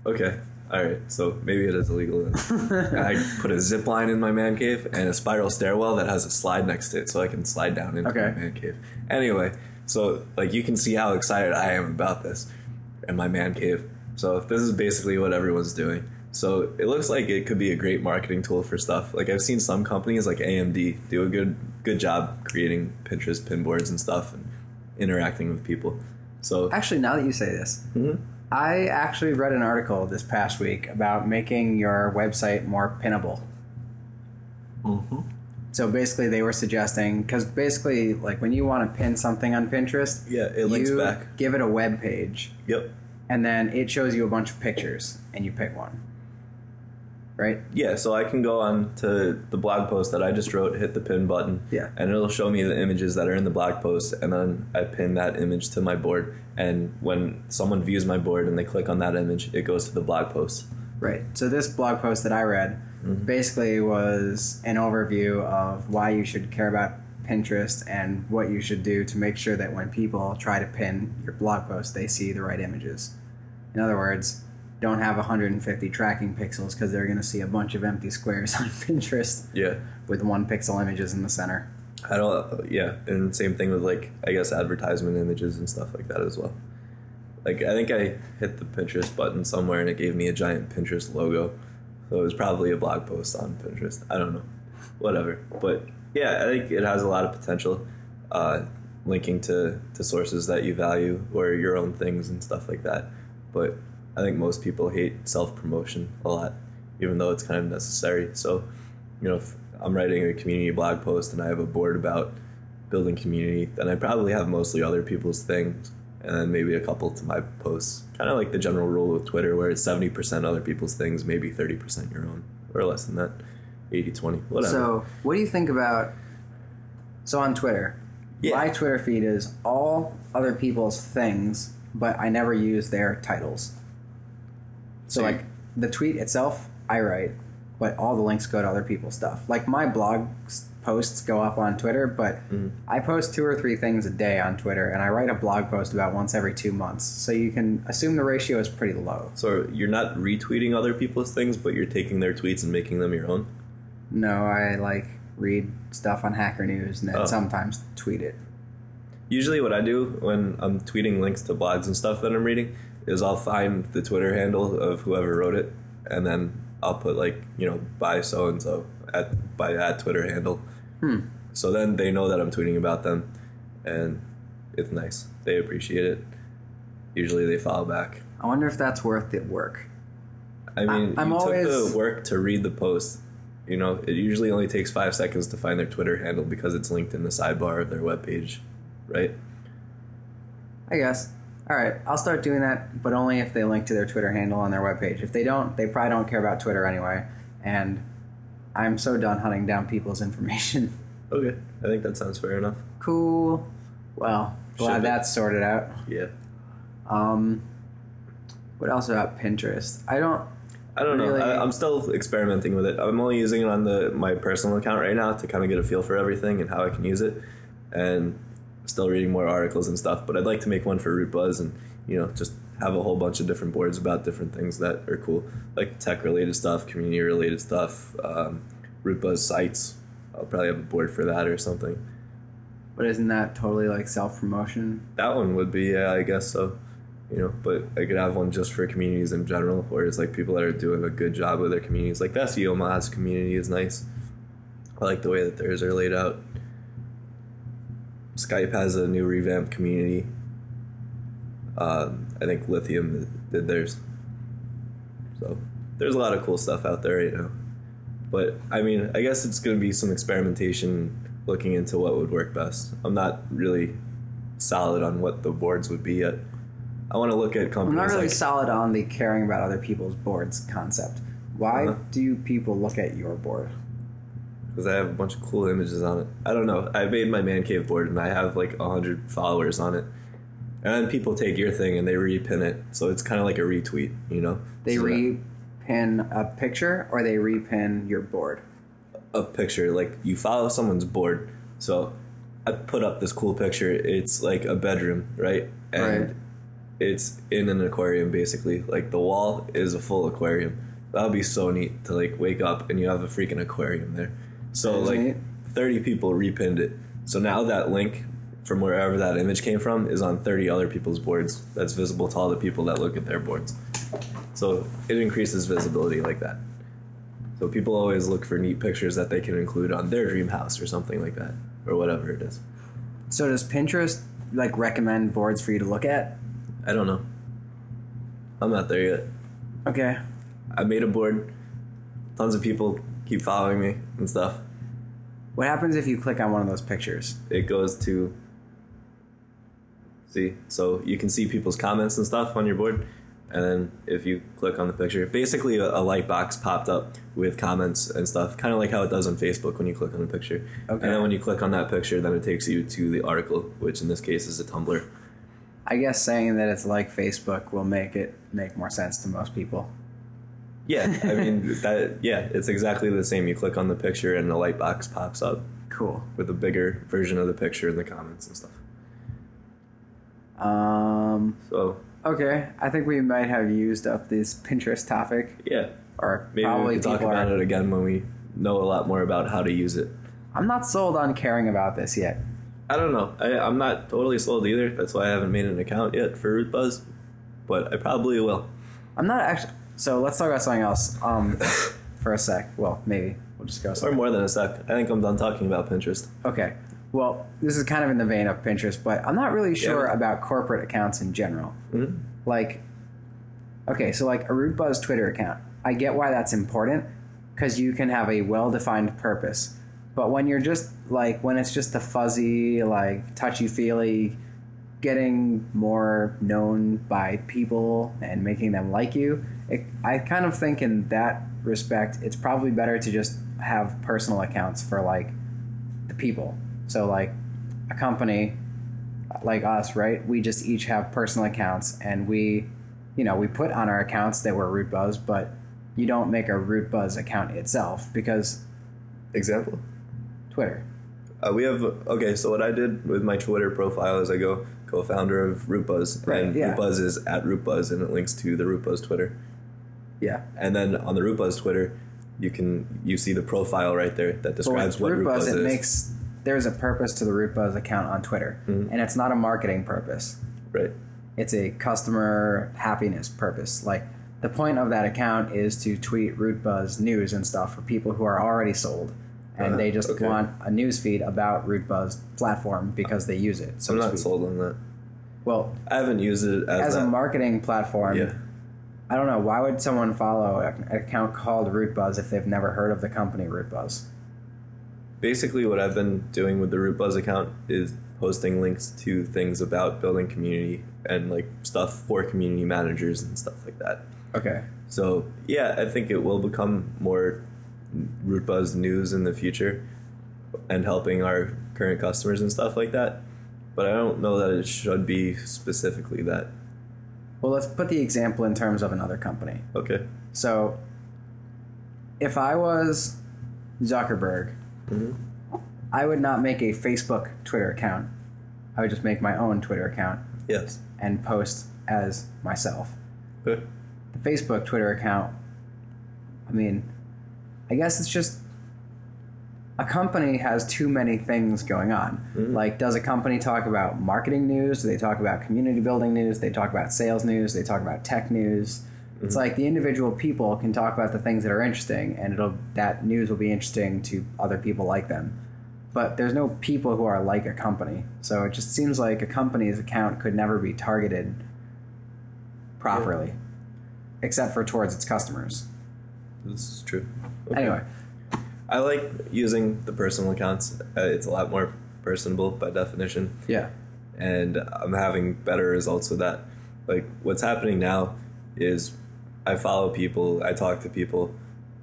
S2: okay. All right. So maybe it is illegal. Then. I put a zip line in my man cave and a spiral stairwell that has a slide next to it, so I can slide down into
S1: Okay.
S2: my man cave. Anyway, so like you can see how excited I am about this and my man cave. So this is basically what everyone's doing. So it looks like it could be a great marketing tool for stuff. Like I've seen some companies like AMD do a good good job creating Pinterest pin boards and stuff and interacting with people. So
S1: Actually, now that you say this,
S2: Mm-hmm.
S1: I actually read an article this past week about making your website more pinnable.
S2: Mm-hmm.
S1: So basically, they were suggesting because basically, like when you want to pin something on Pinterest,
S2: Yeah, it links
S1: you
S2: back.
S1: Give it a web page,
S2: yep.
S1: and then it shows you a bunch of pictures, and you pick one. Right?
S2: Yeah, so I can go on to the blog post that I just wrote, hit the pin button,
S1: Yeah.
S2: and it'll show me the images that are in the blog post, and then I pin that image to my board. And when someone views my board and they click on that image, it goes to the blog post.
S1: Right. So this blog post that I read basically was an overview of why you should care about Pinterest and what you should do to make sure that when people try to pin your blog post, they see the right images. In other words, don't have 150 tracking pixels because they're going to see a bunch of empty squares on Pinterest
S2: Yeah,
S1: with one pixel images in the center.
S2: I don't. Yeah, and same thing with like I guess advertisement images and stuff like that as well. Like I think I hit the Pinterest button somewhere and it gave me a giant Pinterest logo, so it was probably a blog post on Pinterest. I don't know, whatever. But yeah, I think it has a lot of potential, uh, linking to to sources that you value or your own things and stuff like that. But I think most people hate self promotion a lot, even though it's kind of necessary. So you know, if I'm writing a community blog post and I have a board about building community, then I probably have mostly other people's things and then maybe a couple to my posts. Kind of like the general rule of Twitter where it's 70% other people's things, maybe 30% your own, or less than that. 80 20, whatever.
S1: So, what do you think about? So on Twitter,
S2: Yeah.
S1: my Twitter feed is all other people's things, but I never use their titles. So
S2: So you-
S1: like the tweet itself, I write, but all the links go to other people's stuff. Like my blog s- posts go up on Twitter, but
S2: Mm.
S1: I post two or three things a day on Twitter, and I write a blog post about once every two months. So you can assume the ratio is pretty low.
S2: So you're not retweeting other people's things, but you're taking their tweets and making them your own.
S1: No, I like read stuff on Hacker News and then
S2: Oh.
S1: sometimes tweet it.
S2: Usually, what I do when I'm tweeting links to blogs and stuff that I'm reading is I'll find the Twitter handle of whoever wrote it, and then I'll put like you know by so and so at by that Twitter handle. So then they know that I'm tweeting about them, and it's nice. They appreciate it. Usually, they follow back.
S1: I wonder if that's worth the work.
S2: I mean,
S1: I'm
S2: you took
S1: always-
S2: the work to read the post. You know, it usually only takes five seconds to find their Twitter handle because it's linked in the sidebar of their webpage, right?
S1: I guess. All right, I'll start doing that, but only if they link to their Twitter handle on their webpage. If they don't, they probably don't care about Twitter anyway. And I'm so done hunting down people's information.
S2: Okay, I think that sounds fair enough.
S1: cool. Well, glad
S2: Should be.
S1: that's sorted out.
S2: Yeah.
S1: Um, what else about Pinterest? I don't.
S2: I don't
S1: Really?
S2: know. I, I'm still experimenting with it. I'm only using it on the my personal account right now to kind of get a feel for everything and how I can use it, and still reading more articles and stuff. But I'd like to make one for Root Buzz and you know just have a whole bunch of different boards about different things that are cool, like tech related stuff, community related stuff, um, Root Buzz sites. I'll probably have a board for that or something.
S1: But isn't that totally like self promotion?
S2: That one would be, yeah, I guess so. You know, but I could have one just for communities in general, where it's like people that are doing a good job with their communities. Like the SEO mods community is nice. I like the way that theirs are laid out. Skype has a new revamped community. Um, I think Lithium did theirs. So there's a lot of cool stuff out there right now. But I mean, I guess it's going to be some experimentation looking into what would work best. I'm not really solid on what the boards would be yet. I want to look at
S1: I'm
S2: companies
S1: not really
S2: like
S1: solid on the caring about other people's boards concept. Why
S2: Uh-huh.
S1: do people look at your board?
S2: because I have a bunch of cool images on it. I don't know. I made my man cave board and I have like hundred followers on it, and then people take your thing and they repin it, so it's kind of like a retweet, you know?
S1: They
S2: So that-
S1: repin a picture or they repin your board.
S2: a picture like you follow someone's board. So I put up this cool picture. It's like a bedroom, right? And
S1: Right.
S2: it's in an aquarium basically. Like the wall is a full aquarium. That would be so neat to like wake up and you have a freaking aquarium there. So
S1: That is
S2: like
S1: neat.
S2: 30 people repinned it. So now that link from wherever that image came from is on 30 other people's boards. That's visible to all the people that look at their boards. So it increases visibility like that. So people always look for neat pictures that they can include on their dream house or something like that, or whatever it is.
S1: So does Pinterest like recommend boards for you to look at?
S2: I don't know. I'm not there yet.
S1: Okay.
S2: I made a board. Tons of people keep following me and stuff.
S1: What happens if you click on one of those pictures?
S2: It goes to see, so you can see people's comments and stuff on your board. And then if you click on the picture, basically a, a light box popped up with comments and stuff, kind of like how it does on Facebook when you click on a picture.
S1: Okay.
S2: And then when you click on that picture, then it takes you to the article, which in this case is a Tumblr.
S1: I guess saying that it's like Facebook will make it make more sense to most people.
S2: Yeah, I mean that. Yeah, it's exactly the same. You click on the picture, and a light box pops up
S1: Cool.
S2: with a bigger version of the picture in the comments and stuff.
S1: Um,
S2: So
S1: okay, I think we might have used up this Pinterest topic,
S2: yeah,
S1: or
S2: maybe
S1: probably
S2: we can talk
S1: people
S2: about
S1: are.
S2: it again when we know a lot more about how to use it.
S1: I'm not sold on caring about this yet.
S2: I don't know. I, I'm not totally sold either. That's why I haven't made an account yet for Root Buzz, but I probably will.
S1: I'm not actually. So let's talk about something else. Um, for a sec. Well, maybe we'll just go.
S2: Or
S1: somewhere.
S2: more than a sec. I think I'm done talking about Pinterest.
S1: Okay. Well, this is kind of in the vein of Pinterest, but I'm not really sure
S2: Yeah.
S1: about corporate accounts in general. Like, okay, so like a Root Buzz Twitter account, I get why that's important because you can have a well defined purpose. But when you're just like, when it's just the fuzzy, like touchy feely, getting more known by people and making them like you, it, I kind of think in that respect, it's probably better to just have personal accounts for like the people. So like a company uh, like us, right? We just each have personal accounts and we you know, we put on our accounts that we're root buzz, but you don't make a root buzz account itself because
S2: Example?
S1: Twitter?
S2: Uh, we have okay. So what I did with my Twitter profile is I go co-founder of RootBuzz,
S1: Right,
S2: and
S1: yeah.
S2: RootBuzz is at RootBuzz, and it links to the RootBuzz Twitter.
S1: Yeah.
S2: And then on the RootBuzz Twitter, you can you see the profile right there that
S1: But with
S2: describes what
S1: Root
S2: RootBuzz
S1: Buzz,
S2: is.
S1: it makes there's a purpose to the Root Buzz account on Twitter,
S2: Mm-hmm.
S1: and it's not a marketing purpose.
S2: right.
S1: It's a customer happiness purpose. Like the point of that account is to tweet Root Buzz news and stuff for people who are already sold, and
S2: Uh,
S1: they just
S2: okay.
S1: want a news feed about Root Buzz platform because they use it. So
S2: I'm
S1: to
S2: not
S1: speak.
S2: sold on that.
S1: Well,
S2: I haven't used it as,
S1: as a
S2: that.
S1: marketing platform,
S2: yeah.
S1: I don't know why would someone follow an account called Root Buzz if they've never heard of the company Root Buzz.
S2: Basically, what I've been doing with the RootBuzz account is posting links to things about building community and like stuff for community managers and stuff like that.
S1: Okay.
S2: So yeah, I think it will become more root buzz news in the future and helping our current customers and stuff like that. But I don't know that it should be specifically that.
S1: Well, let's put the example in terms of another company.
S2: Okay.
S1: So, if I was Zuckerberg, I would not make a Facebook Twitter account. I would just make my own Twitter account
S2: Yes.
S1: and post as myself.
S2: Okay.
S1: The Facebook Twitter account, I mean, I guess it's just a company has too many things going on. Like, does a company talk about marketing news? Do they talk about community building news? They talk about sales news? They talk about tech news? It's like the individual people can talk about the things that are interesting, and it'll that news will be interesting to other people like them. But there's no people who are like a company, so it just seems like a company's account could never be targeted properly, except for towards its customers.
S2: This is true.
S1: Anyway,
S2: I like using the personal accounts. Uh, it's a lot more personable by definition.
S1: yeah,
S2: and I'm having better results with that. Like what's happening now is I follow people, I talk to people,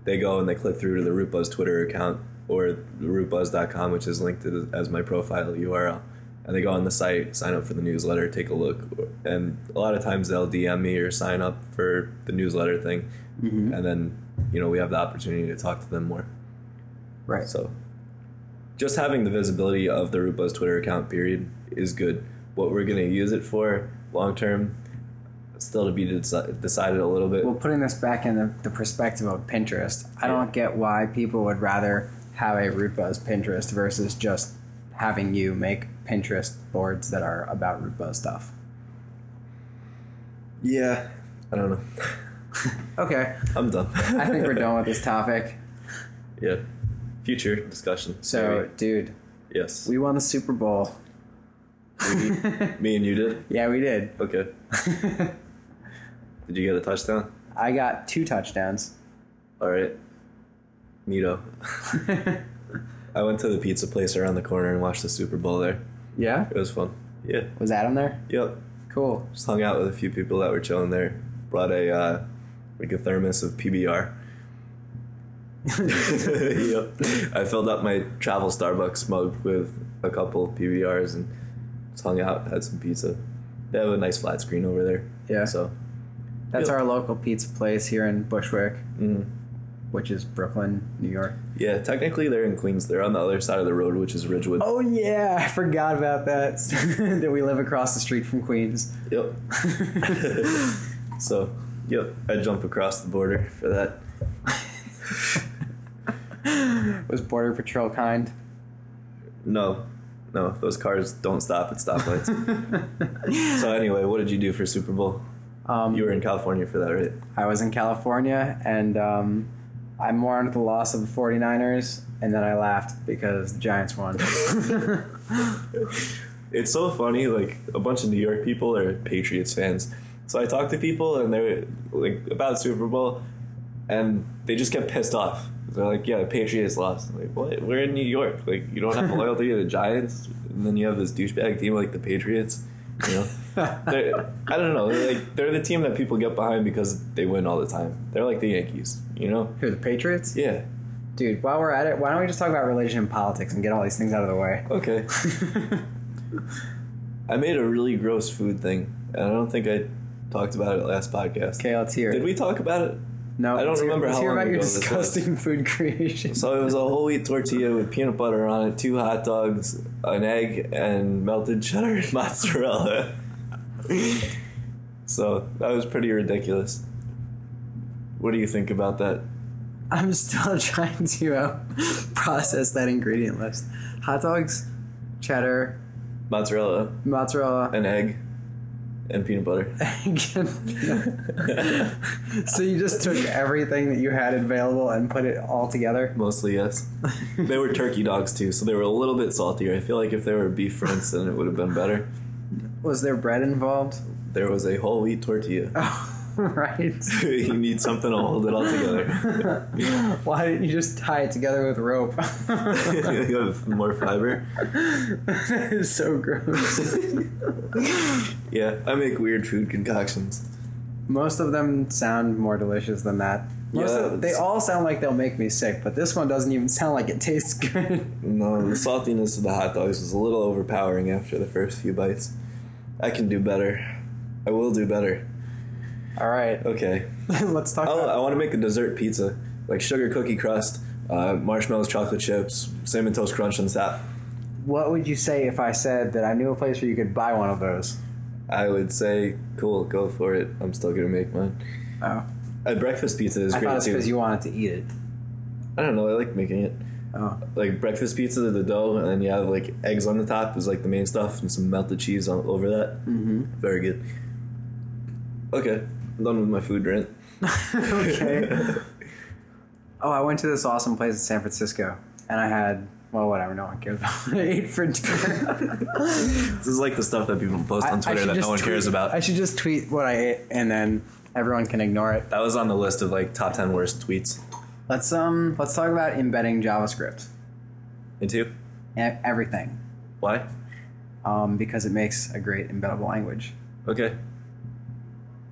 S2: they go and they click through to the RootBuzz Twitter account or rootbuzz.com, which is linked to the, as my profile URL. And they go on the site, sign up for the newsletter, take a look, and a lot of times they'll DM me or sign up for the newsletter thing, and then you know we have the opportunity to talk to them more.
S1: right.
S2: So, just having the visibility of the Rootbuzz Twitter account, period, is good. What we're going to use it for long term, still to be deci- decided a little bit.
S1: Well, putting this back in the, the perspective of Pinterest, I don't get why people would rather have a Root Buzz Pinterest versus just having you make Pinterest boards that are about Root Buzz stuff.
S2: yeah, I don't know.
S1: Okay,
S2: I'm done.
S1: I think we're done with this topic.
S2: yeah, future discussion.
S1: So,
S2: maybe.
S1: dude,
S2: yes,
S1: we won the Super Bowl.
S2: me and you did.
S1: Yeah, we did.
S2: Okay. did you get a touchdown?
S1: I got two touchdowns.
S2: All right, Nito. I went to the pizza place around the corner and watched the Super Bowl there.
S1: Yeah?
S2: It was fun. Yeah.
S1: Was Adam there?
S2: Yep.
S1: Cool.
S2: just hung out with a few people that were chilling there. Brought a uh, like a thermos of PBR. yep. I filled up my travel Starbucks mug with a couple PBRs and just hung out, had some pizza. They have a nice flat screen over there.
S1: Yeah.
S2: So
S1: That's
S2: Yeah.
S1: our local pizza place here in Bushwick,
S2: mm.
S1: which is Brooklyn, New York.
S2: yeah, technically they're in Queens. They're on the other side of the road, which is Ridgewood.
S1: Oh yeah, I forgot about that. that we live across the street from Queens.
S2: Yep. so yep, I jump across the border for that.
S1: Was border patrol kind?
S2: No, no, those cars don't stop at stoplights. so anyway, what did you do for Super Bowl?
S1: Um,
S2: You were in California for that, right?
S1: I was in California, and um, I mourned the loss of the 49ers, and then I laughed because the Giants won.
S2: It's so funny. Like a bunch of New York people are Patriots fans, so I talked to people and they're like about Super Bowl, and they just get pissed off. They're like, "Yeah, the Patriots lost." I'm like, what? We're in New York. Like, you don't have loyalty to the Giants, and then you have this douchebag team like the Patriots. You know, They're- I don't know. They're like they're the team that people get behind because they win all the time. They're like the Yankees. You know?
S1: Who the Patriots?
S2: Yeah.
S1: Dude, while we're at it, why don't we just talk about religion and politics and get all these things out of the way?
S2: Okay. I made a really gross food thing, and I don't think I talked about it last podcast.
S1: Okay, let's hear it.
S2: Did we talk about it?
S1: No,
S2: I don't
S1: let's hear-
S2: remember
S1: let's
S2: how
S1: hear
S2: long
S1: about your
S2: ago this was.
S1: disgusting food creation.
S2: So it was a whole wheat tortilla with peanut butter on it, two hot dogs, an egg, and melted cheddar and mozzarella. so that was pretty ridiculous. What do you think about that?
S1: I'm still trying to uh, process that ingredient list. Hot dogs, cheddar,
S2: Mozzarella,
S1: mozzarella,
S2: an egg, and peanut butter.
S1: and so you just took everything that you had available and put it all together.
S2: Mostly, yes. They were turkey dogs too, so they were a little bit saltier. I feel like if they were beef, for instance, it would have been better.
S1: Was there bread involved?
S2: There was a whole wheat tortilla.
S1: right.
S2: you need something to hold it all together.
S1: Why didn't you just tie it together with rope?
S2: you have more fiber.
S1: it's so gross.
S2: Yeah, I make weird food concoctions.
S1: Most of them sound more delicious than that. Most
S2: Yeah,
S1: of, they
S2: it's-
S1: all sound like they'll make me sick, but this one doesn't even sound like it tastes good.
S2: No, the saltiness of the hot dogs was a little overpowering after the first few bites. I can do better. I will do better.
S1: all right,
S2: Okay.
S1: let's talk.
S2: Oh,
S1: about
S2: I want to make a dessert pizza, like sugar cookie crust, uh, marshmallows, chocolate chips, cinnamon toast crunch on top.
S1: What would you say if I said that I knew a place where you could buy one of those?
S2: I would say, cool, go for it. I'm still gonna make mine.
S1: Oh,
S2: A breakfast pizza is
S1: I thought
S2: great
S1: it's
S2: too.
S1: because you wanted to eat it.
S2: I don't know. I like making it.
S1: Oh,
S2: Like breakfast pizza, the dough, and then you have like eggs on the top is like the main stuff, and some melted cheese on over that. Mm-hmm. Very good. Okay, I'm done with my food rant.
S1: okay. oh, I went to this awesome place in San Francisco, and I had well, whatever. No one cares about what I ate for dinner.
S2: This is like the stuff that people post on
S1: I- I
S2: Twitter
S1: should
S2: that
S1: just
S2: no one
S1: tweet-
S2: cares about.
S1: I should just tweet what I ate, and then everyone can ignore it.
S2: that was on the list of like top ten worst tweets.
S1: Let's um, let's talk about embedding JavaScript,
S2: Into
S1: E- everything,
S2: why?
S1: um, because it makes a great embeddable language.
S2: Okay,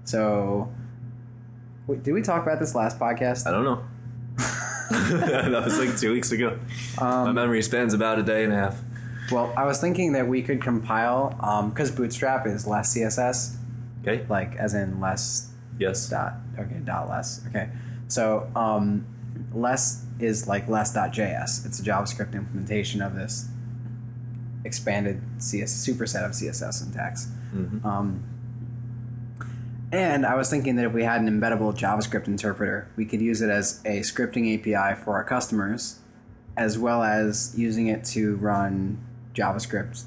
S1: So, wait, did we talk about this last podcast?
S2: I don't know. that was like two weeks ago. my
S1: Um,
S2: memory spans about a day and a half.
S1: Well, I was thinking that we could compile because Bootstrap is less CSS,
S2: Okay.
S1: like as in less
S2: Yes.
S1: dot okay dot less okay. So um, less is like less dot JS. It's a JavaScript implementation of this expanded CS superset of CSS syntax. Um, and I was thinking that if we had an embeddable JavaScript interpreter, we could use it as a scripting API for our customers, as well as using it to run JavaScript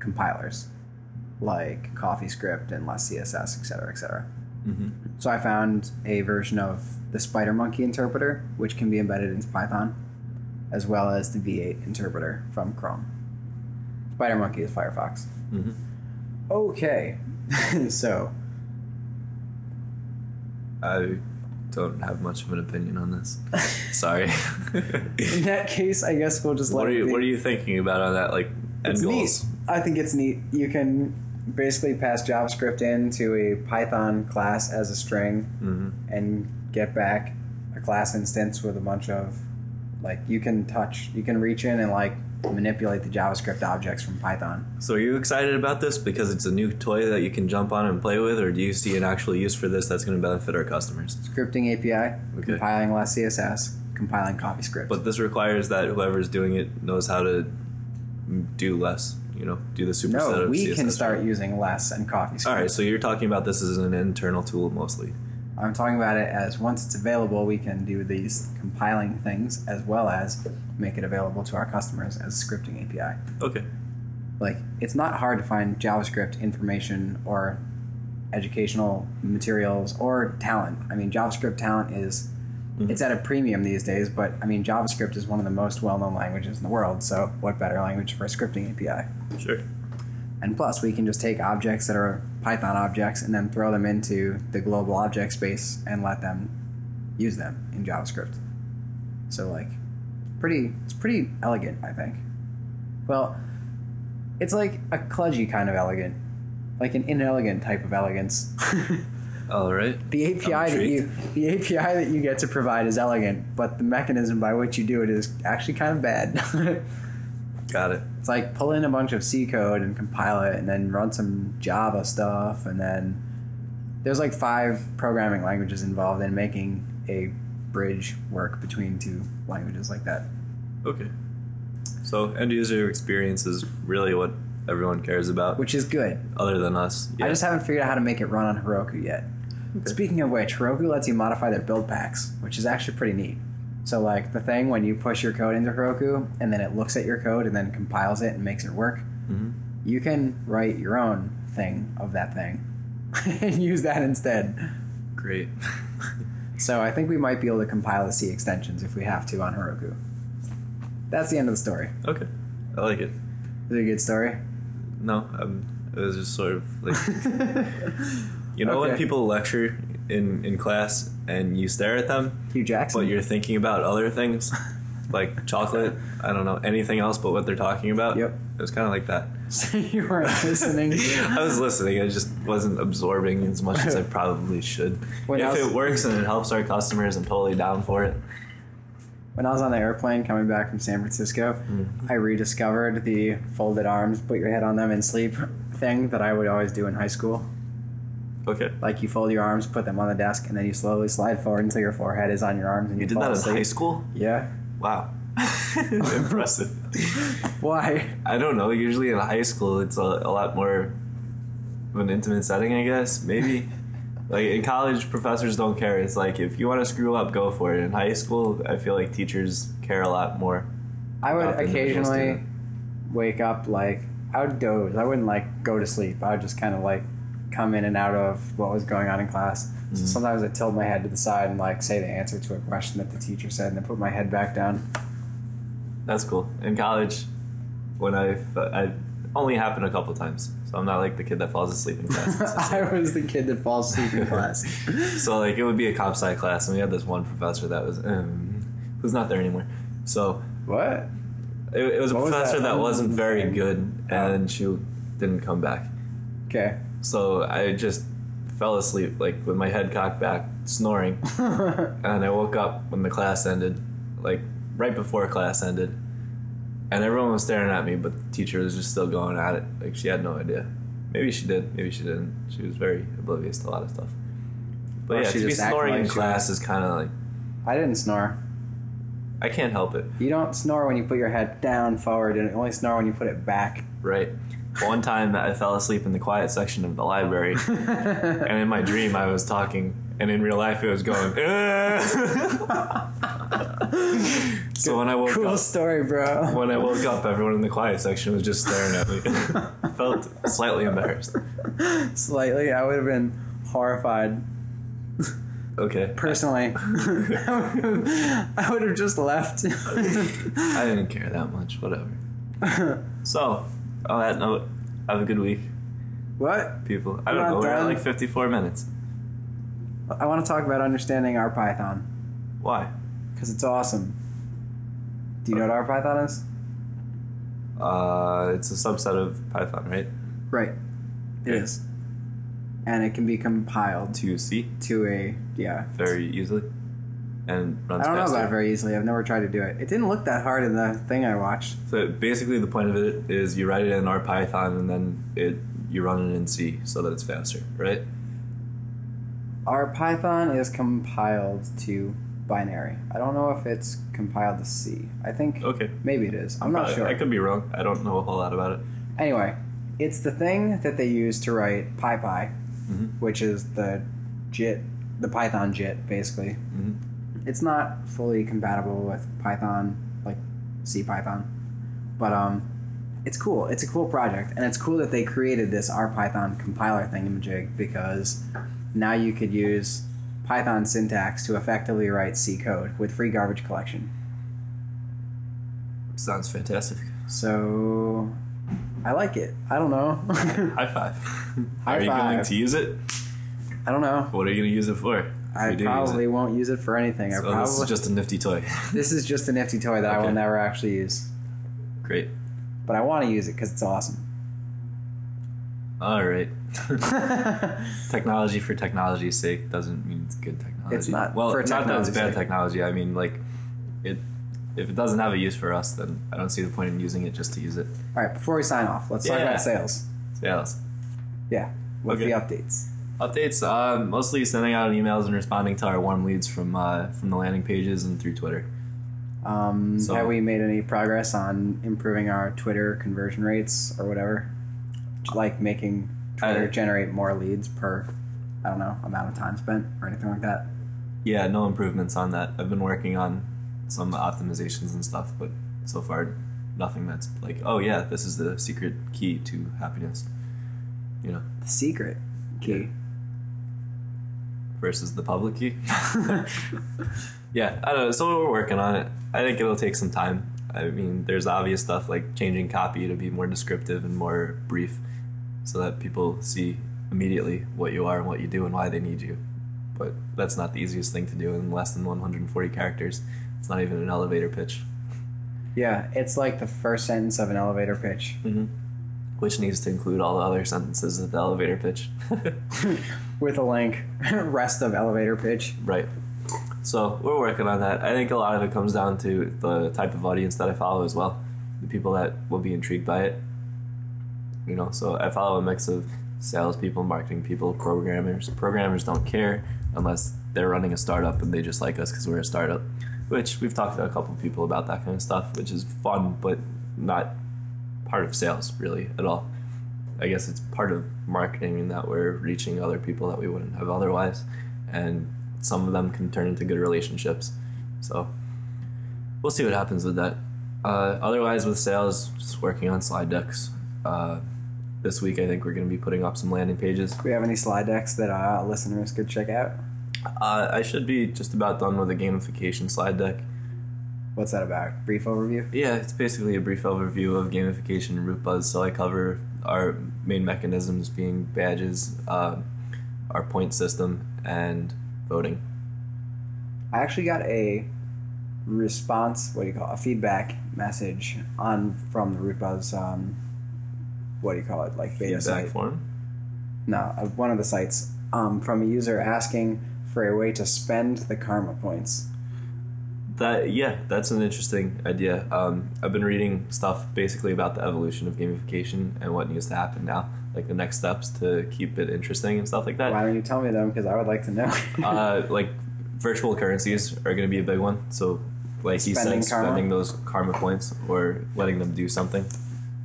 S1: compilers like CoffeeScript and less CSS, et cetera, et cetera. So I found a version of the Spider Monkey interpreter, which can be embedded into Python, as well as the V8 interpreter from Chrome. Spider Monkey is Firefox.
S2: Mm-hmm.
S1: Okay, so
S2: I don't have much of an opinion on this. Sorry.
S1: in that case, I guess we'll just let
S2: what are
S1: it
S2: you
S1: be.
S2: What are you thinking about on that? Like end
S1: it's
S2: goals?
S1: neat. I think it's neat. You can basically pass JavaScript into a Python class as a string
S2: Mm-hmm.
S1: and get back a class instance with a bunch of like you can touch, you can reach in and like manipulate the JavaScript objects from Python.
S2: So are you excited about this because it's a new toy that you can jump on and play with, or do you see an actual use for this that's going to benefit our customers?
S1: Scripting API,
S2: Okay.
S1: compiling less CSS, compiling CoffeeScript.
S2: But this requires that whoever's doing it knows how to do less. You know, do the superset
S1: no,
S2: of
S1: we
S2: CSS.
S1: can start using less and CoffeeScript.
S2: All right, so you're talking about this as an internal tool mostly.
S1: I'm talking about it as once it's available, we can do these compiling things as well as make it available to our customers as a scripting API.
S2: Okay.
S1: Like, it's not hard to find JavaScript information or educational materials or talent. I mean, JavaScript talent is it's at a premium these days, but I mean, JavaScript is one of the most well-known languages in the world. So, what better language for a scripting API?
S2: Sure.
S1: And plus, we can just take objects that are Python objects and then throw them into the global object space and let them use them in JavaScript. So like, pretty, it's pretty elegant, I think. Well, it's like a kludgy kind of elegant, like an inelegant type of elegance.
S2: All right.
S1: the API that you, the API that you get to provide is elegant, but the mechanism by which you do it is actually kind of bad.
S2: Got it.
S1: It's like pull in a bunch of C code and compile it and then run some Java stuff and then there's like five programming languages involved in making a bridge work between two languages like that.
S2: Okay. So end user experience is really what everyone cares about,
S1: Which is good.
S2: other than us.
S1: I
S2: Yeah.
S1: just haven't figured out how to make it run on Heroku yet. Speaking of which, Heroku lets you modify their build packs, which is actually pretty neat. So, like the thing when you push your code into Heroku and then it looks at your code and then compiles it and makes it work,
S2: Mm-hmm.
S1: you can write your own thing of that thing and use that instead.
S2: great.
S1: So, I think we might be able to compile the C extensions if we have to on Heroku. That's the end of the story.
S2: okay, I like it.
S1: Is it a good story?
S2: No, I'm, it was just sort of like you know when
S1: Okay.
S2: people lecture in in class and you stare at them,
S1: Hugh Jackson.
S2: but you're thinking about other things, like chocolate. I don't know anything else but what they're talking about.
S1: Yep.
S2: It was kind of like that.
S1: So you weren't listening.
S2: I was listening. I just wasn't absorbing as much as I probably should.
S1: When
S2: if
S1: I was-
S2: it works and it helps our customers, I'm totally down for it.
S1: When I was on the airplane coming back from San Francisco,
S2: Mm.
S1: I rediscovered the folded arms, put your head on them and sleep thing that I would always do in high school.
S2: Okay.
S1: Like you fold your arms, put them on the desk, and then you slowly slide forward until your forehead is on your arms and you,
S2: You did
S1: fall
S2: that in
S1: asleep.
S2: high school?
S1: Yeah.
S2: Wow. Impressive.
S1: Why?
S2: I don't know. Usually in high school, it's a, a lot more of an intimate setting, I guess. Maybe. Like in college, professors don't care. It's like if you want to screw up, go for it. In high school, I feel like teachers care a lot more.
S1: I would
S2: Not the individual
S1: occasionally
S2: student.
S1: wake up like I would doze. I wouldn't like go to sleep. I would just kind of like come in and out of what was going on in class. So sometimes I tilt my head to the side and like say the answer to a question that the teacher said, and then put my head back down.
S2: That's cool. In college, when I've, i only happened a couple times, so I'm not like the kid that falls asleep in class. It's
S1: I was the kid that falls asleep in class.
S2: just- so like it would be a comp sci class, and we had this one professor that was um, who's not there anymore. So
S1: What?
S2: it, it was a
S1: What was that
S2: professor that,
S1: one
S2: wasn't very
S1: thing?
S2: good,
S1: Oh.
S2: and she didn't come back.
S1: Okay.
S2: So I just fell asleep, like with my head cocked back, snoring, and I woke up when the class ended, like right before class ended, and everyone was staring at me, but the teacher was just still going at it, like she had no idea. Maybe she did, maybe she didn't. She was very oblivious to a lot of stuff. But
S1: Or
S2: yeah,
S1: she
S2: to be
S1: just acted
S2: snoring
S1: like
S2: in
S1: she
S2: class is kind of like
S1: I didn't snore.
S2: I can't help it.
S1: You don't snore when you put your head down forward, and you only snore when you put it back.
S2: Right. One time I fell asleep in the quiet section of the library, and in my dream I was talking, and in real life it was going. "Ugh." so when I woke
S1: Cool
S2: up,
S1: story, bro.
S2: when I woke up, everyone in the quiet section was just staring at me. I felt slightly embarrassed.
S1: Slightly, I would have been horrified.
S2: Okay,
S1: Personally, I would have just left.
S2: I didn't care that much. Whatever. So on that note, have a good week,
S1: what?
S2: people. I
S1: We're
S2: don't
S1: not
S2: know. We're at
S1: done.
S2: like 54 minutes.
S1: I want to talk about understanding R Python
S2: Why?
S1: because it's awesome. Do you know what R Python is?
S2: Uh, it's a subset of Python, right?
S1: Right. It is. And it can be compiled
S2: To C.
S1: to a yeah.
S2: very easily and runs
S1: I don't know
S2: faster.
S1: about it very easily. I've never tried to do it. It didn't look that hard in the thing I watched.
S2: So basically, the point of it is you write it in R Python and then it you run it in C so that it's faster, right?
S1: Our Python is compiled to binary. I don't know if it's compiled to C. I think
S2: Okay.
S1: maybe it is. I'm not
S2: I-
S1: sure.
S2: I could be wrong. I don't know a whole lot about it.
S1: Anyway, it's the thing that they use to write PyPy,
S2: Mm-hmm.
S1: which is the JIT, the Python JIT, basically.
S2: Mm-hmm.
S1: It's not fully compatible with Python, like C Python, but um, it's cool. It's a cool project, and it's cool that they created this R Python compiler thingamajig because now you could use Python syntax to effectively write C code with free garbage collection.
S2: Sounds fantastic.
S1: So, I like it. I don't know.
S2: High five.
S1: High
S2: are you going
S1: five.
S2: to use it?
S1: I don't know.
S2: What are you going to use it for? If
S1: I
S2: you do use it.
S1: probably won't use it for anything. I
S2: So
S1: probably
S2: this is just a nifty toy.
S1: a nifty toy that I will
S2: Okay.
S1: never actually use,
S2: Great.
S1: but I want to use it because it's awesome.
S2: All right. technology for technology's sake doesn't mean it's good technology.
S1: It's not
S2: Well,
S1: for
S2: not that it's
S1: technology's
S2: bad
S1: sake.
S2: technology. I mean, like, it if it doesn't have a use for us, then I don't see the point in using it just to use it.
S1: All right, before we sign off, let's talk
S2: Yeah.
S1: about sales.
S2: Sales.
S1: Yeah, what's
S2: Okay.
S1: the updates?
S2: Updates, uh, mostly sending out emails and responding to our warm leads from uh, from the landing pages and through Twitter.
S1: Um,
S2: So-
S1: have we made any progress on improving our Twitter conversion rates or whatever? Like making Twitter
S2: I-
S1: generate more leads per, I don't know, amount of time spent or anything like that.
S2: Yeah, no improvements on that. I've been working on some optimizations and stuff, but so far, nothing that's like, oh yeah, this is the secret key to happiness. You know,
S1: The secret key.
S2: versus the public key. yeah, I don't know. So we're working on it. I think it'll take some time. I mean, there's obvious stuff like changing copy to be more descriptive and more brief so that people see immediately what you are and what you do and why they need you. But that's not the easiest thing to do in less than 140 characters. It's not even an elevator pitch,
S1: Yeah, it's like the first sentence of an elevator pitch,
S2: Mm. which needs to include all the other sentences of the elevator pitch.
S1: with a link. Rest of elevator pitch.
S2: Right. So we're working on that. I think a lot of it comes down to the type of audience that I follow as well, the people that will be intrigued by it. You know, so I follow a mix of salespeople, marketing people, programmers. Programmers don't care unless they're running a startup and they just like us because we're a startup, which we've talked to a couple people about that kind of stuff, which is fun, but not part of sales really at all. I guess it's part of marketing in that we're reaching other people that we wouldn't have otherwise, and some of them can turn into good relationships. So we'll see what happens with that. Uh, otherwise, with sales, just working on slide decks. Uh, this week, I think we're going to be putting up some landing pages.
S1: Do we have any slide decks that uh, listeners could check out?
S2: Uh, I should be just about done with a gamification slide deck.
S1: What's that about? Brief overview?
S2: Yeah, it's basically a brief overview of gamification and root buzz. So I cover our main mechanisms being badges, uh, our point system, and voting.
S1: I actually got a response. What do you call it? a feedback message on from the Root Buzz? Um, what do you call it? Like beta
S2: Feedback
S1: site?
S2: form.
S1: No, uh, one of the sites um, from a user asking for a way to spend the karma points.
S2: That yeah, that's an interesting idea. Um, I've been reading stuff basically about the evolution of gamification and what needs to happen now, like the next steps to keep it interesting and stuff like that.
S1: Why don't you tell me them? Because I would like to know.
S2: uh, like virtual currencies are going to be a big one. So, like he
S1: Spending
S2: said,
S1: karma?
S2: spending those karma points or letting them do something.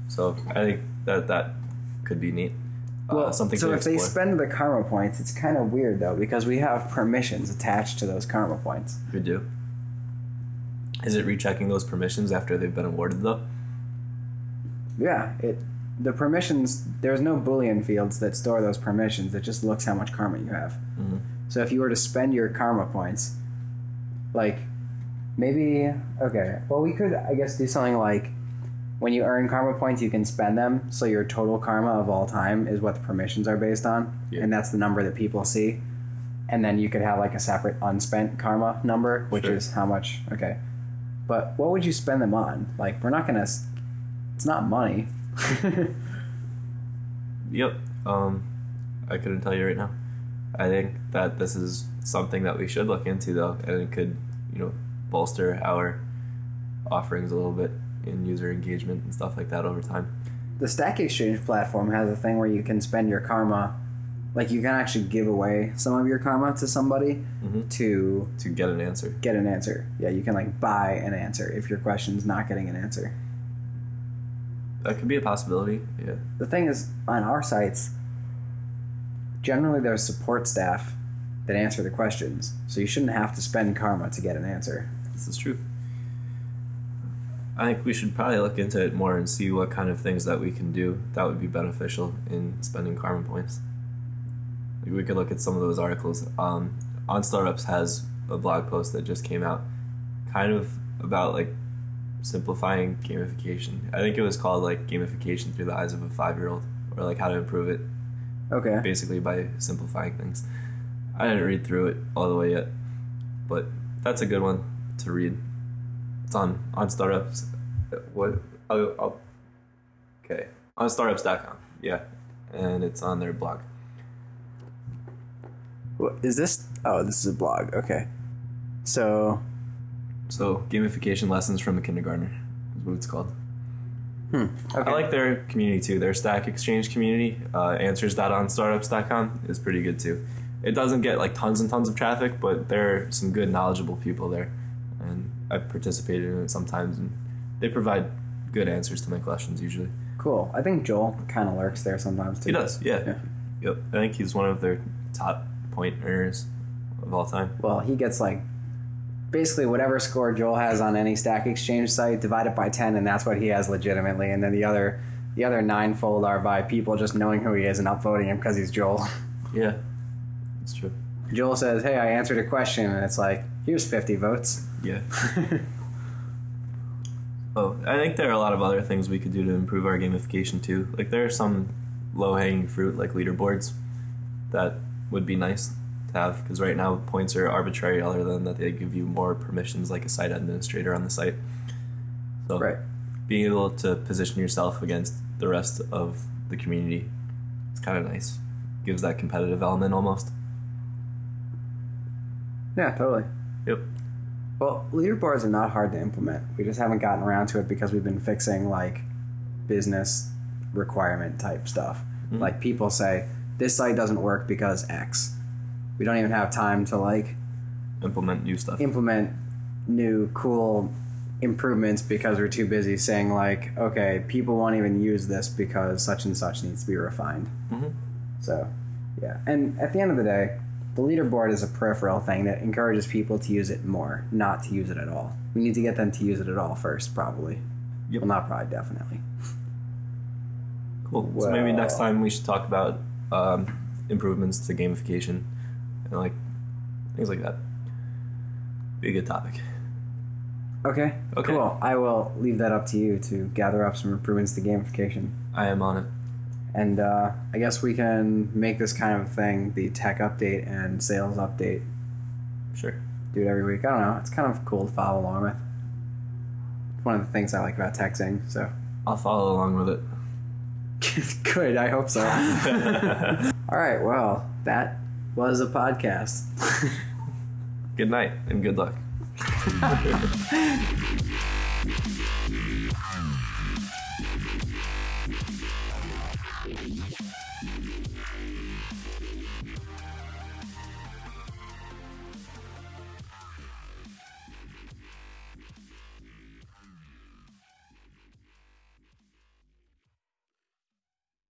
S2: So I think that that could be neat. uh, something
S1: so
S2: to
S1: if they
S2: explore.
S1: spend the karma points, it's kind of weird though because we have permissions attached to those karma points.
S2: we do. Is it rechecking those permissions after they've been awarded though?
S1: Yeah, it the permissions there's no boolean fields that store those permissions. It just looks how much karma you have. So if you were to spend your karma points, like maybe okay, well we could I guess do something like when you earn karma points, you can spend them. So your total karma of all time is what the permissions are based on,
S2: Yeah.
S1: and that's the number that people see. And then you could have like a separate unspent karma number, which
S2: Sure.
S1: is how much. Okay, but what would you spend them on? Like we're not gonna. s- It's not money.
S2: Yep. Um, I couldn't tell you right now. I think that this is something that we should look into though, and it could, you know, bolster our offerings a little bit in user engagement and stuff like that over time.
S1: the Stack Exchange platform has a thing where you can spend your karma, like you can actually give away some of your karma to somebody
S2: Mm-hmm.
S1: to
S2: to get an answer.
S1: get an answer. Yeah, you can like buy an answer if your question's not getting an answer.
S2: That could be a possibility. Yeah.
S1: The thing is, on our sites, generally there's support staff that answer the questions, so you shouldn't have to spend karma to get an answer.
S2: This is true. I think we should probably look into it more and see what kind of things that we can do that would be beneficial in spending karma points. Like, We could look at some of those articles. Um, on Startups has a blog post that just came out, kind of about like simplifying gamification. I think it was called like gamification through the eyes of a five year old, or like how to improve it
S1: Okay.
S2: basically by simplifying things. I didn't read through it all the way yet, but that's a good one to read. It's on on startups. What? I'll, I'll, okay, on startups.com. Yeah, and it's on their blog.
S1: Is this? Oh, this is a blog. Okay. So
S2: So gamification lessons from a kindergartner is what it's called.
S1: Okay.
S2: I like their community too. Their Stack Exchange community, uh, answers.onstartups.com, is pretty good too. It doesn't get like tons and tons of traffic, but there are some good, knowledgeable people there, and I've participated in it sometimes, and they provide good answers to my questions usually.
S1: Cool. I think Joel kind of lurks there sometimes too.
S2: He does, yeah.
S1: Yeah.
S2: Yep. I think he's one of their top point earners of all time.
S1: Well, he gets like basically whatever score Joel has on any stack exchange site divided by 10 and that's what he has legitimately and then the other the other ninefold are by people just knowing who he is and upvoting him because he's Joel.
S2: Yeah, that's true.
S1: Joel says, "Hey, I answered a question," and it's like, "Here's 50 votes."
S2: Yeah. oh, I think there are a lot of other things we could do to improve our gamification too. Like there are some low hanging fruit like leaderboards that would be nice to have because right now points are arbitrary other than that they give you more permissions like a site administrator on the site. So
S1: Right.
S2: being able to position yourself against the rest of the community it's kind of nice. Gives that competitive element almost.
S1: Yeah, totally.
S2: Yep.
S1: Well, leaderboards are not hard to implement. We just haven't gotten around to it because we've been fixing like business requirement type stuff. Like people say, this site doesn't work because X. We don't even have time to like
S2: Implement new stuff.
S1: implement new cool improvements because we're too busy saying like, okay, people won't even use this because such and such needs to be refined.
S2: Mhm.
S1: So, yeah. And at the end of the day, the leaderboard is a peripheral thing that encourages people to use it more, not to use it at all. We need to get them to use it at all first, probably.
S2: Yep.
S1: Well, not probably, definitely.
S2: Cool. so maybe next
S1: Well-
S2: time we should talk about um, improvements to gamification and like things like that. Be a good topic.
S1: Okay.
S2: Okay.
S1: Cool. I will leave that up to you to gather up some improvements to gamification.
S2: I am on it.
S1: And uh, I guess we can make this kind of thing the tech update and sales update.
S2: Sure.
S1: Do it every week. I don't know. It's kind of cool to follow along with. It's one of the things I like about texting. So
S2: I'll follow along with it.
S1: good. I hope so. All right. Well, that was a podcast.
S2: Good night and good luck.